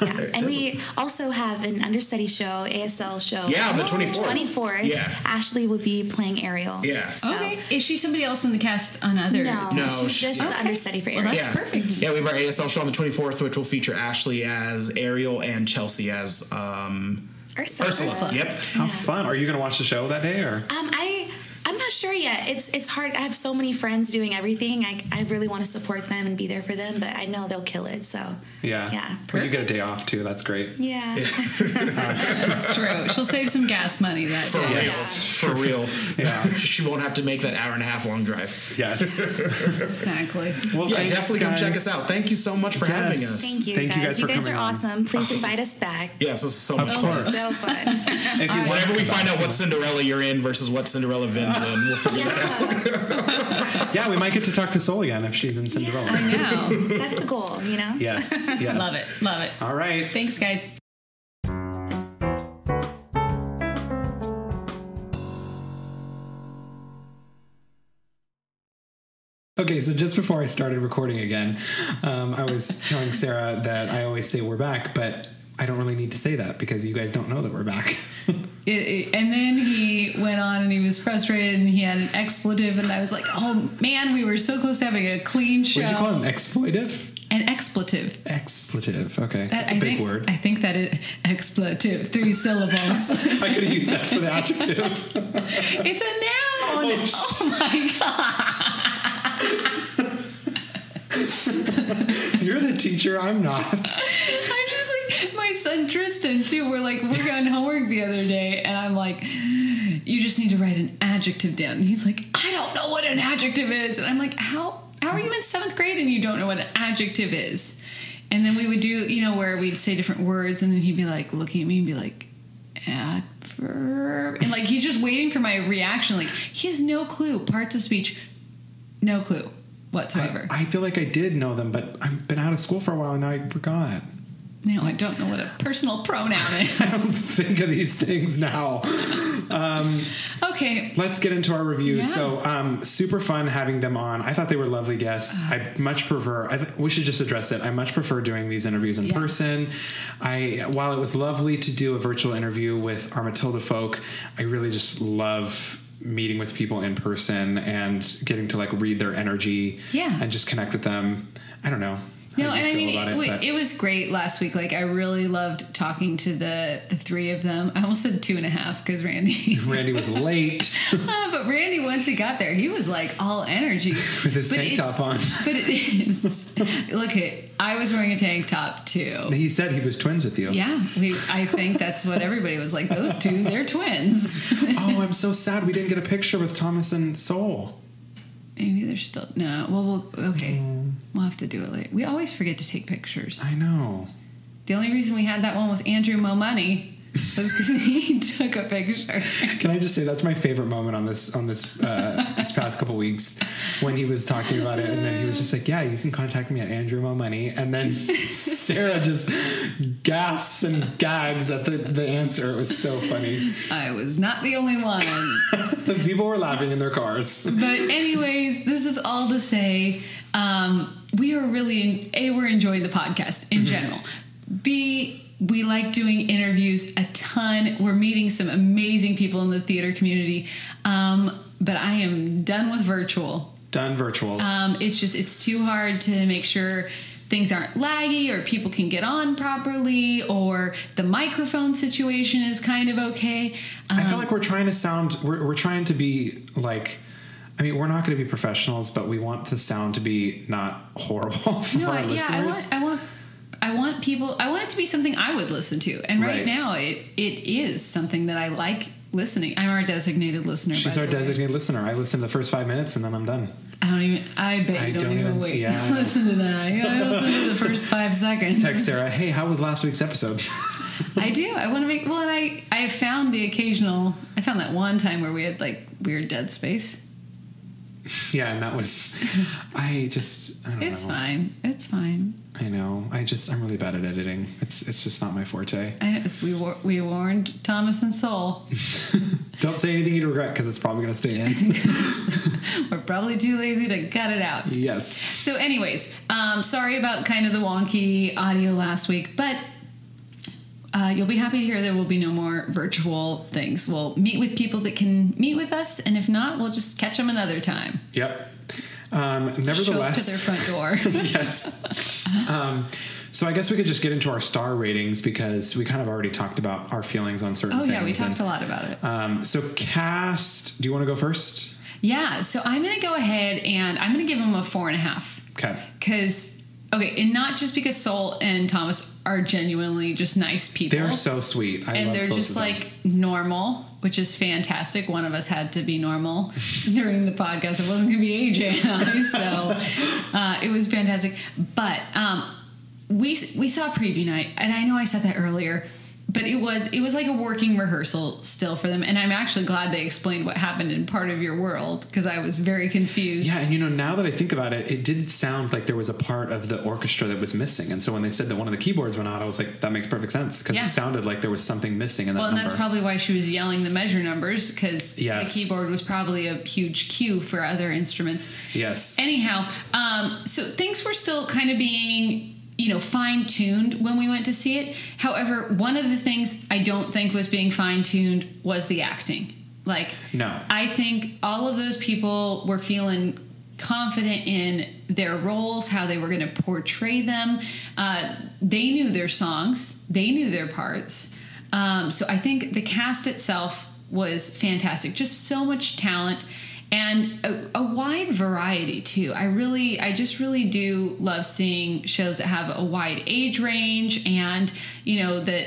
Yeah. And we also have an understudy show, ASL show.
Yeah, on the 24th.
24th.
Yeah.
Ashley will be playing Ariel.
Yeah.
So,
Okay, is she somebody else in the cast on other?
No,
No,
she's
she-
just
Okay.
the understudy for
Well,
Ariel.
that's
yeah.
perfect.
Yeah, we have our ASL show on the 24th, which will feature Ashley as Ariel and Chelsea as um,
Ursula.
Ursula. Yep.
How fun. Are you going to watch the show that day or?
Um, I I'm not sure yet. It's it's hard. I have so many friends doing everything. I, I really want to support them and be there for them, but I know they'll kill it. So
Yeah.
Yeah.
Well, you get a day off too. That's great.
yeah,
That's true. She'll save some gas money that
For
day.
real. For real.
Yeah.
she won't have to make that hour and a half long drive.
Yes.
Exactly.
Well,
Yeah,
thanks,
definitely come check
guys.
us out. Thank you so much for
Yes.
having us.
thank you
Thank you
guys.
guys for
are
coming on.
awesome. Please invite us back.
Yes, this is so much
Of
fun.
course.
So fun.
If
Uh,
you want
Whenever we find out what Cinderella you're in versus what Cinderella Vin's in, we'll figure that out.
Yeah, we might get to talk to Sol again if she's in Cinderella.
Now,
That's the goal, you know.
Yes. Yes.
love it, love it.
All right.
Thanks, guys.
Okay, so just before I started recording again, um, I was telling Sarah that I always say we're back, but I don't really need to say that because you guys don't know that we're back.
it, it- and then he went on and he was frustrated and he had an expletive and I was like, oh man, we were so close to having a clean show.
What did you call it? An exploitive?
An expletive.
Expletive. Okay, that's a
I
big
think,
word.
I think that is expletive. Three syllables.
I could have used that for the adjective.
it's a noun.
Oh, sh-
my god.
You're the teacher, I'm not.
I'm just like my son Tristan too. We're like we're on homework the other day, and I'm like, you just need to write an adjective down. And he's like, I don't know what an adjective is, and I'm like, how how are you in seventh grade and you don't know what an adjective is? And then we would do you know where we'd say different words, and then he'd be like looking at me and be like, adverb, and like he's just waiting for my reaction. Like he has no clue parts of speech, no clue whatsoever.
I feel like I did know them, but I've been out of school for a while and I forgot.
Now I don't know what a personal pronoun
I
is.
don't think of these things now.
okay.
Let's get into our review.
Yeah.
So, um, super fun having them on. I thought they were lovely guests. I much prefer. I th- we should just address it. I much prefer doing these interviews in
Yeah.
person. I while it was lovely to do a virtual interview with our Matilda folk, I really just love meeting with people in person and getting to like read their energy.
Yeah.
and just connect with them. I don't know. how
No,
you
and I
feel
mean,
about
it,
it,
wa-
but-
it was great last week. Like, I really loved talking to the the three of them. I almost said two and a half because Randy.
Randy was late
Ah, but Randy, once he got there, he was like all energy
with his
But
tank
it's-
top on.
But it is. Look, it, I was wearing a tank top too.
He said he was twins with you.
Yeah, we, I think that's what everybody was like. Those two, they're twins.
Oh, I'm so sad we didn't get a picture with Thomas and Soul.
Maybe they're still no. Well, we'll okay.
Mm.
We'll have to do it later. We always forget to take pictures.
I know.
The only reason we had that one with Andrew Mo Money was because he took a picture.
Can I just say that's my favorite moment on this on this uh, this past couple weeks when he was talking about it and then he was just like, "Yeah, you can contact me at Andrew Mo Money," and then Sarah just gasps and gags at the the answer. It was so funny.
I was not the only one.
The people were laughing in their cars.
But anyways, this is all to say um, we are really a we're enjoying the podcast in general. B we like doing interviews a ton. We're meeting some amazing people in the theater community. Um, but I am done with virtual.
Done virtuals.
Um, it's just it's too hard to make sure things aren't laggy or people can get on properly or the microphone situation is kind of okay. Um,
I feel like we're trying to sound we're, we're trying to be like I mean, we're not going to be professionals, but we want the sound to be not horrible for
no,
our
I, yeah,
listeners.
I want, I want, I want people. I want it to be something I would listen to, and
Right.
right, now it it is something that I like listening. I'm our designated listener.
She's
by
our
the way.
designated listener. I listen to the first five minutes and then I'm done.
I don't even. I bet
I
you don't,
don't
even,
even-
wait.
yeah, I know.
listen to that. I listen to the first five seconds.
Text Sarah, hey, how was last week's episode?
I do. I want to make. Well, and I I found the occasional. I found that one time where we had like weird dead space.
yeah, and that was, I just, I don't
It's
know.
fine. It's fine.
I know. I just, I'm really bad at editing. It's, it's just not my forte.
I, it's, we war, we warned Thomas and Soul.
Don't say anything you regret because it's probably going to stay in.
We're probably too lazy to cut it out.
yes.
So, anyways, um, sorry about kind of the wonky audio last week, but uh, you'll be happy to hear there will be no more virtual things. We'll meet with people that can meet with us, and if not, we'll just catch them another time.
Yep. Um,
Show up to
nevertheless.
their front door.
yes. Um, so I guess we could just get into our star ratings because we kind of already talked about our feelings on certain
oh,
things.
yeah, we talked a
and,
lot about it.
Um, so cast, do you want to go first?
Yeah, so I'm going to go ahead and I'm going to give them a four and a half.
Okay.
Because, okay, and not just because Sol and Thomas are genuinely just nice people.
They're so sweet. I
and
love
they're
both
just
of them.
like normal, which is fantastic. One of us had to be normal during the podcast. It wasn't going to be AJ and I, so uh, it was fantastic. But um, we we saw preview night, and I know I said that earlier, but it was it was like a working rehearsal still for them. And I'm actually glad they explained what happened in part of your world because I was very confused.
Yeah, and you know, now that I think about it, it did sound like there was a part of the orchestra that was missing. And so when they said that one of the keyboards went out, I was like, that makes perfect sense because
Yeah.
it sounded like there was something missing in that
Well, and
number.
that's probably why she was yelling the measure numbers because
Yes.
the keyboard was probably a huge cue for other instruments.
yes.
Anyhow, um, so things were still kind of being, you know, fine tuned when we went to see it. However, one of the things I don't think was being fine tuned was the acting. Like,
No.
I think all of those people were feeling confident in their roles, how they were going to portray them. Uh, they knew their songs, they knew their parts. Um, so I think the cast itself was fantastic. Just so much talent and a, a wide variety too. I really, I just really do love seeing shows that have a wide age range and, you know, that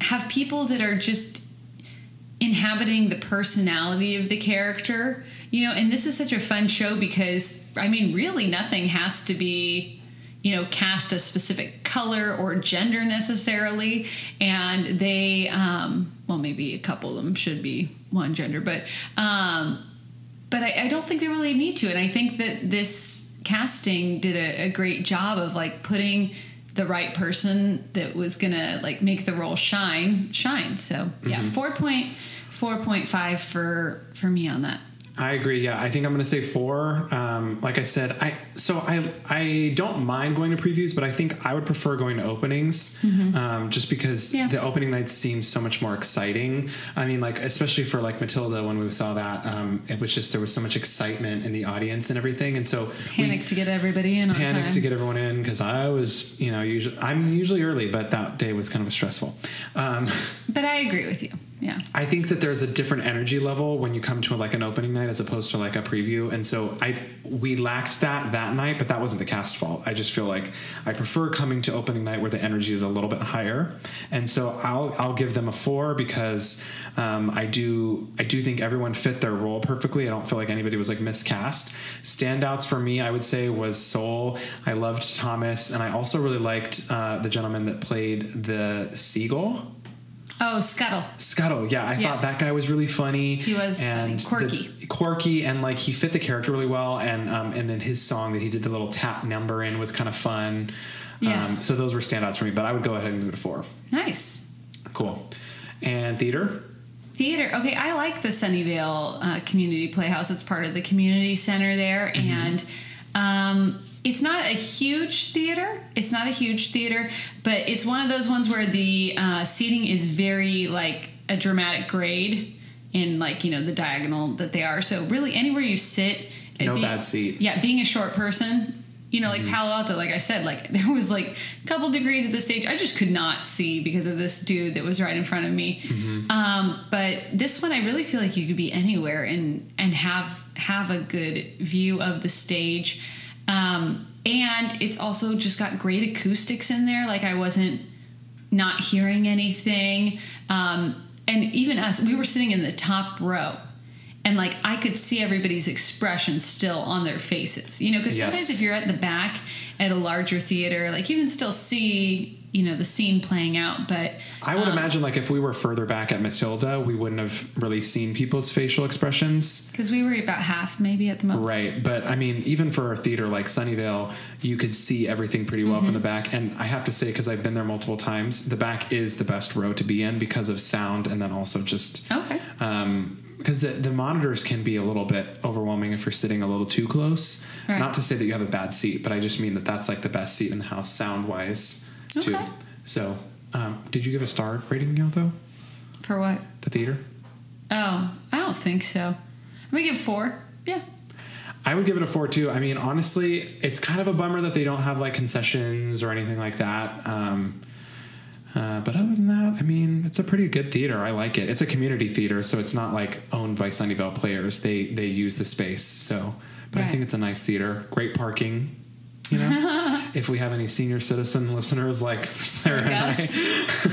have people that are just inhabiting the personality of the character you know and this is such a fun show because i mean really nothing has to be you know cast a specific color or gender necessarily and they um well maybe a couple of them should be one gender but um but I, I don't think they really need to. And I think that this casting did a, a great job of like putting the right person that was gonna like make the role shine shine. So yeah,
Mm-hmm.
four point four point five for for me on that.
I agree. Yeah, I think I'm going to say four. Um, like I said, I so I I don't mind going to previews, but I think I would prefer going to openings, um, just because
Yeah.
the opening nights seem so much more exciting. I mean, like especially for like Matilda when we saw that, um, it was just there was so much excitement in the audience and everything, and so
Panic to get everybody in on
panic
time.
to get everyone in because I was you know usually I'm usually early, but that day was kind of stressful. Um,
but I agree with you. Yeah.
I think that there's a different energy level when you come to like an opening night as opposed to like a preview, and so I we lacked that that night, but that wasn't the cast's fault. I just feel like I prefer coming to opening night where the energy is a little bit higher, and so I'll I'll give them a four because um, I do I do think everyone fit their role perfectly. I don't feel like anybody was like miscast. Standouts for me, I would say, was Soul. I loved Thomas, and I also really liked uh, the gentleman that played the seagull.
Oh, scuttle.
Scuttle, yeah, I
Yeah.
thought that guy was really funny. He
was funny, quirky.
quirky, and like he fit the character really well. And um, and then his song that he did the little tap number in was kind of fun.
Yeah.
Um, so those were standouts for me. But I would go ahead and give it a four.
Nice.
Cool. And theater,
Theater. Okay, I like the Sunnyvale uh, Community Playhouse. It's part of the community center there,
Mm-hmm.
and um, it's not a huge theater. It's not a huge theater, but it's one of those ones where the uh, seating is very like a dramatic grade in like you know the diagonal that they are. So really, anywhere you sit, it
No bad seat. Mm-hmm.
Yeah, being a short person. You know, like Palo Alto, like I said, like there was like a couple degrees at the stage. I just could not see because of this dude that was right in front of me. Um, but this one, I really feel like you could be anywhere and and have have a good view of the stage. Um, and it's also just got great acoustics in there. Like I wasn't not hearing anything. Um, and even us, we were sitting in the top row. And like I could see everybody's expression still on their faces, you know, because sometimes
Yes.
if you're at the back at a larger theater, like you can still see, you know, the scene playing out. But
I
Um,
would imagine like if we were further back at Matilda, we wouldn't have really seen people's facial expressions.
because we were about half, maybe at the most.
Right, but I mean, even for a theater like Sunnyvale, you could see everything pretty well
Mm-hmm.
from the back. And I have to say, because I've been there multiple times, the back is the best row to be in because of sound, and then also just
Okay.
um, because the, the monitors can be a little bit overwhelming if you're sitting a little too close.
Right.
Not to say that you have a bad seat, but I just mean that that's like the best seat in the house sound wise too.
Okay.
So, um, did you give a star rating out though?
For what?
The theater?
Oh, I don't think so. I'm gonna give four. Yeah.
I would give it a four too. I mean, honestly, it's kind of a bummer that they don't have like concessions or anything like that. Um, uh, but other than that, I mean, it's a pretty good theater. I like it. It's a community theater, so it's not like owned by Sunnyvale players. They they use the space, so. But I
Right.
think it's a nice theater. Great parking. You know, if we have any senior citizen listeners like Sarah and I
Yes.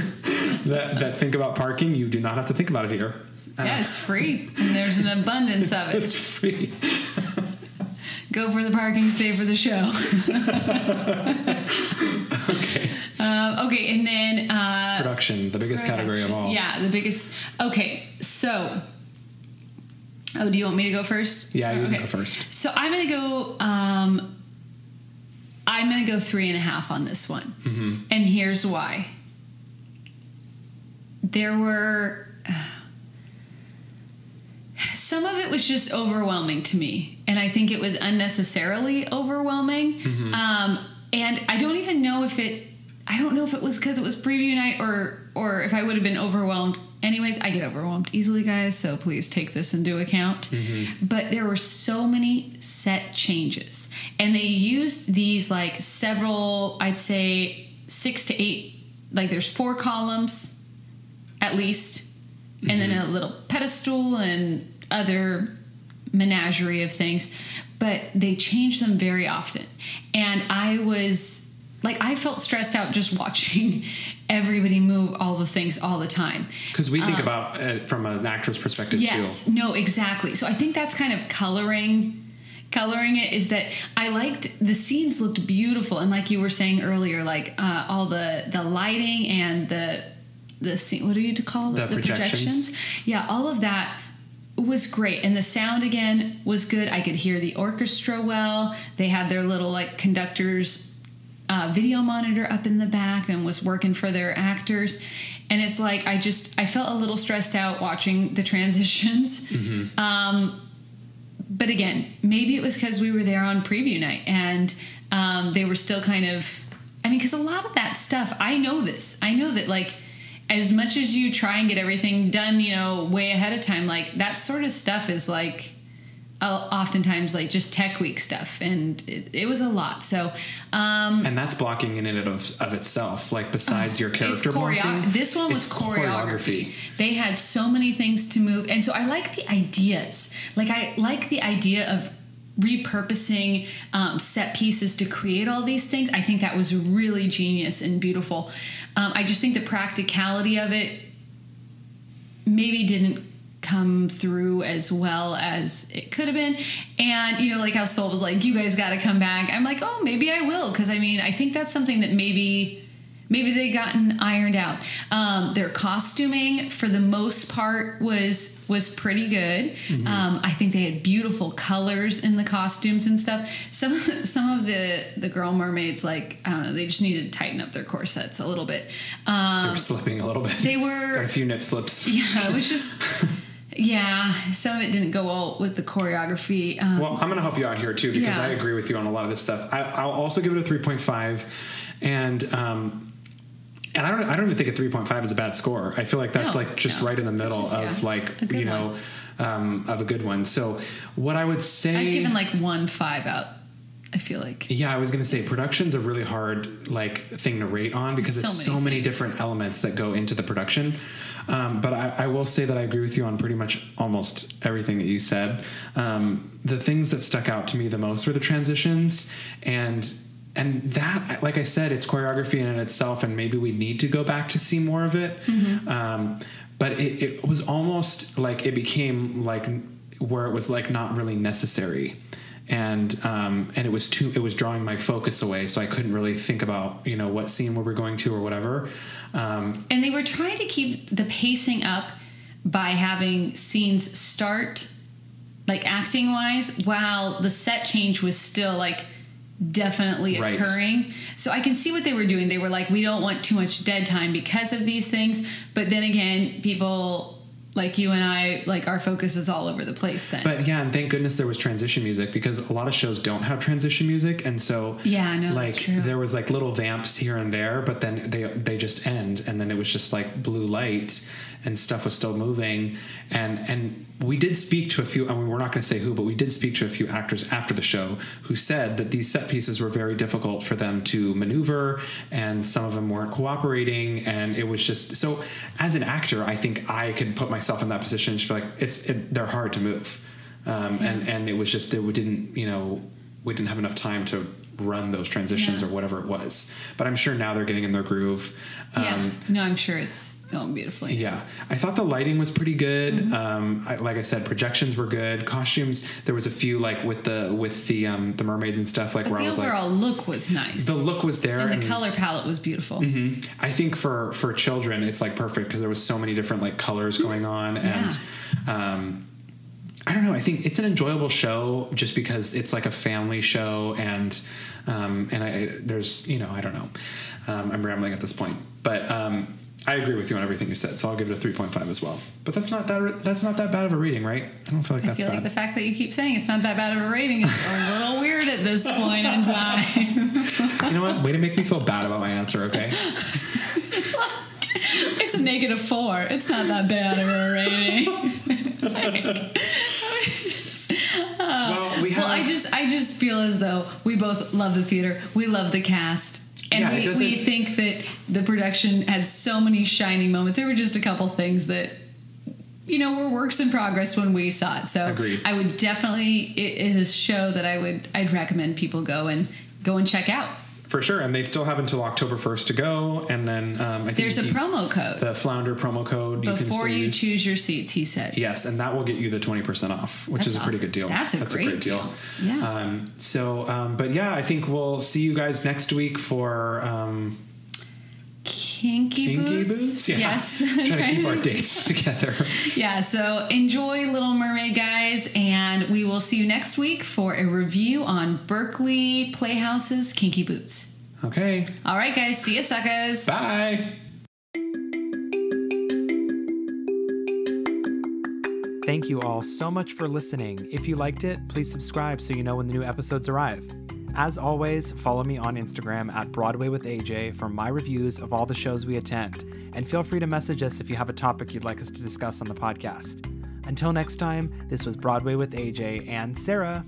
that, that think about parking, you do not have to think about it here.
Yeah, it's free, and there's an abundance of it.
It's free.
Go for the parking, stay for the show. okay. Um, okay, and then uh,
Production, the biggest category of all.
Yeah, the biggest. Okay, so. Oh, do you want me to go first?
Yeah, you
Oh,
can go first.
So I'm gonna go. Um, I'm gonna go three and a half on this one, and here's why. There were some of it was just overwhelming to me, and I think it was unnecessarily overwhelming. Um, and I don't even know if it. I don't know if it was because it was preview night or or if I would have been overwhelmed. Anyways, I get overwhelmed easily, guys. So please take this into account. But there were so many set changes, and they used these like several. I'd say six to eight. Like there's four columns at least, and then a little pedestal and other menagerie of things. But they change them very often. And I was like, I felt stressed out just watching everybody move all the things all the time.
Because we think about it from an actor's perspective
Um, Yes, no, exactly. So I think that's kind of coloring coloring it is that I liked the scenes looked beautiful and like you were saying earlier like uh, all the the lighting and the the scene what do you call it
The projections.
yeah all of that was great and the sound again was good I could hear the orchestra well they had their little like conductors uh, video monitor up in the back and was working for their actors. And it's like I just I felt a little stressed out watching the transitions.
Mm-hmm.
Um, but again, maybe it was because we were there on preview night and um, they were still kind of. I mean, because a lot of that stuff, I know this. I know that like as much as you try and get everything done, you know, way ahead of time, like that sort of stuff is like uh, oftentimes like just tech week stuff and it, it was a lot so um
and that's blocking in and of, of itself. Like besides your
Ah, it's
character
choreo-
blocking,
this one was
it's
choreography. they had so many things to move and so i like the ideas like i like the idea of repurposing um, set pieces to create all these things i think that was really genius and beautiful um, i just think the practicality of it maybe didn't come through as well as it could have been. And you know, like how Soul was like, "You guys got to come back." I'm like, "Oh, maybe I will," because I mean, I think that's something that maybe. Maybe they gotten ironed out. Um, their costuming, for the most part, was was pretty good. Um, I think they had beautiful colors in the costumes and stuff. Some some of the the girl mermaids, like I don't know, they just needed to tighten up their corsets a little bit. Um,
They were slipping a little bit.
they were
a few nip slips.
yeah, it was just yeah. Some of it didn't go well with the choreography. Um,
Well, I'm going to help you out here too because
Yeah.
I agree with you on a lot of this stuff. I, I'll also give it a 3.5, and um, and I don't I don't even think a 3.5 is a bad score. I feel like that's
No,
like just
no.
right in the middle
Just,
of
yeah, a
like
good
you know um, of a good one. So what I would say,
I've given like one five out. I feel like
yeah, I was going to say production's a really hard like thing to rate on because
So
it's
many
so many
things.
different elements that go into the production. Um, but I, I will say that I agree with you on pretty much almost everything that you said. Um, the things that stuck out to me the most were the transitions and and that like i said it's choreography in and itself and maybe we need to go back to see more of it um, but it, it was almost like it became like where it was like not really necessary and um, and it was too it was drawing my focus away so i couldn't really think about you know what scene we were going to or whatever um,
and they were trying to keep the pacing up by having scenes start like acting wise while the set change was still like definitely
Right.
occurring so i can see what they were doing they were like we don't want too much dead time because of these things but then again people like you and i like our focus is all over the place then
But yeah, and thank goodness there was transition music because a lot of shows don't have transition music, and so
Yeah, no, that's
like
true.
there was like little vamps here and there, but then they they just end, and then it was just like blue light, and stuff was still moving, and and we did speak to a few. I mean, we're not going to say who, but we did speak to a few actors after the show who said that these set pieces were very difficult for them to maneuver, and some of them weren't cooperating, and it was just so. As an actor, I think I could put myself in that position. And just be like, it's it, they're hard to move um, and and it was just that we didn't you know we didn't have enough time to run those transitions
Yeah.
or whatever it was but i'm sure now they're getting in their groove um,
yeah no i'm sure it's going beautifully
yeah, I thought the lighting was pretty good.
Mm-hmm.
Um, I, like I said, projections were good. Costumes, there was a few like with the with the um, the mermaids and stuff like
but
where
the
I was like,
overall look was nice
the Mm-hmm, look was there,
and the
and
color palette was beautiful
I think for for children, it's like perfect because there was so many different like colors going on, and um, I don't know. I think it's an enjoyable show just because it's like a family show, and um, and I there's you know I don't know. Um, I'm rambling at this point, but um, I agree with you on everything you said, so I'll give it a 3.5 as well. But that's not that that's not that bad of a reading, right? I don't feel like
I
that's
feel like
bad.
the fact that you keep saying it's not that bad of a rating is a little weird at this point in time.
you know what? Way to make me feel bad about my answer. Okay.
It's a negative four. It's not that bad of a rating.
well, we have.
Uh, Well, I just I just feel as though we both love the theater. We love the cast. And
Yeah, it
we,
doesn't-
we think that the production had so many shining moments. There were just a couple things that you know were works in progress when we saw it. So
Agreed.
I would definitely it is a show that I would I'd recommend people go and go and check out.
for sure, and they still have until October 1st to go, and then um, I think
There's a
you-
promo code.
the flounder promo code you can
before
still
you
use.
choose your seats, he said.
Yes, and that will get you the twenty percent off, which
That's
is a pretty
awesome.
good deal.
That's a great deal. Yeah.
Um, so, um, but yeah, I think we'll see you guys next week for um,
Kinky,
Kinky
boots.
Boots. Yeah.
Yes.
trying to keep our dates together.
yeah. So enjoy Little Mermaid, guys, and we will see you next week for a review on Berkeley Playhouse's Kinky Boots.
Okay.
All right, guys. See you, suckers.
Bye.
Thank you all so much for listening. If you liked it, please subscribe so you know when the new episodes arrive. As always, follow me on Instagram at Broadway with AJ for my reviews of all the shows we attend, and feel free to message us if you have a topic you'd like us to discuss on the podcast. Until next time, this was Broadway with AJ and Sarah.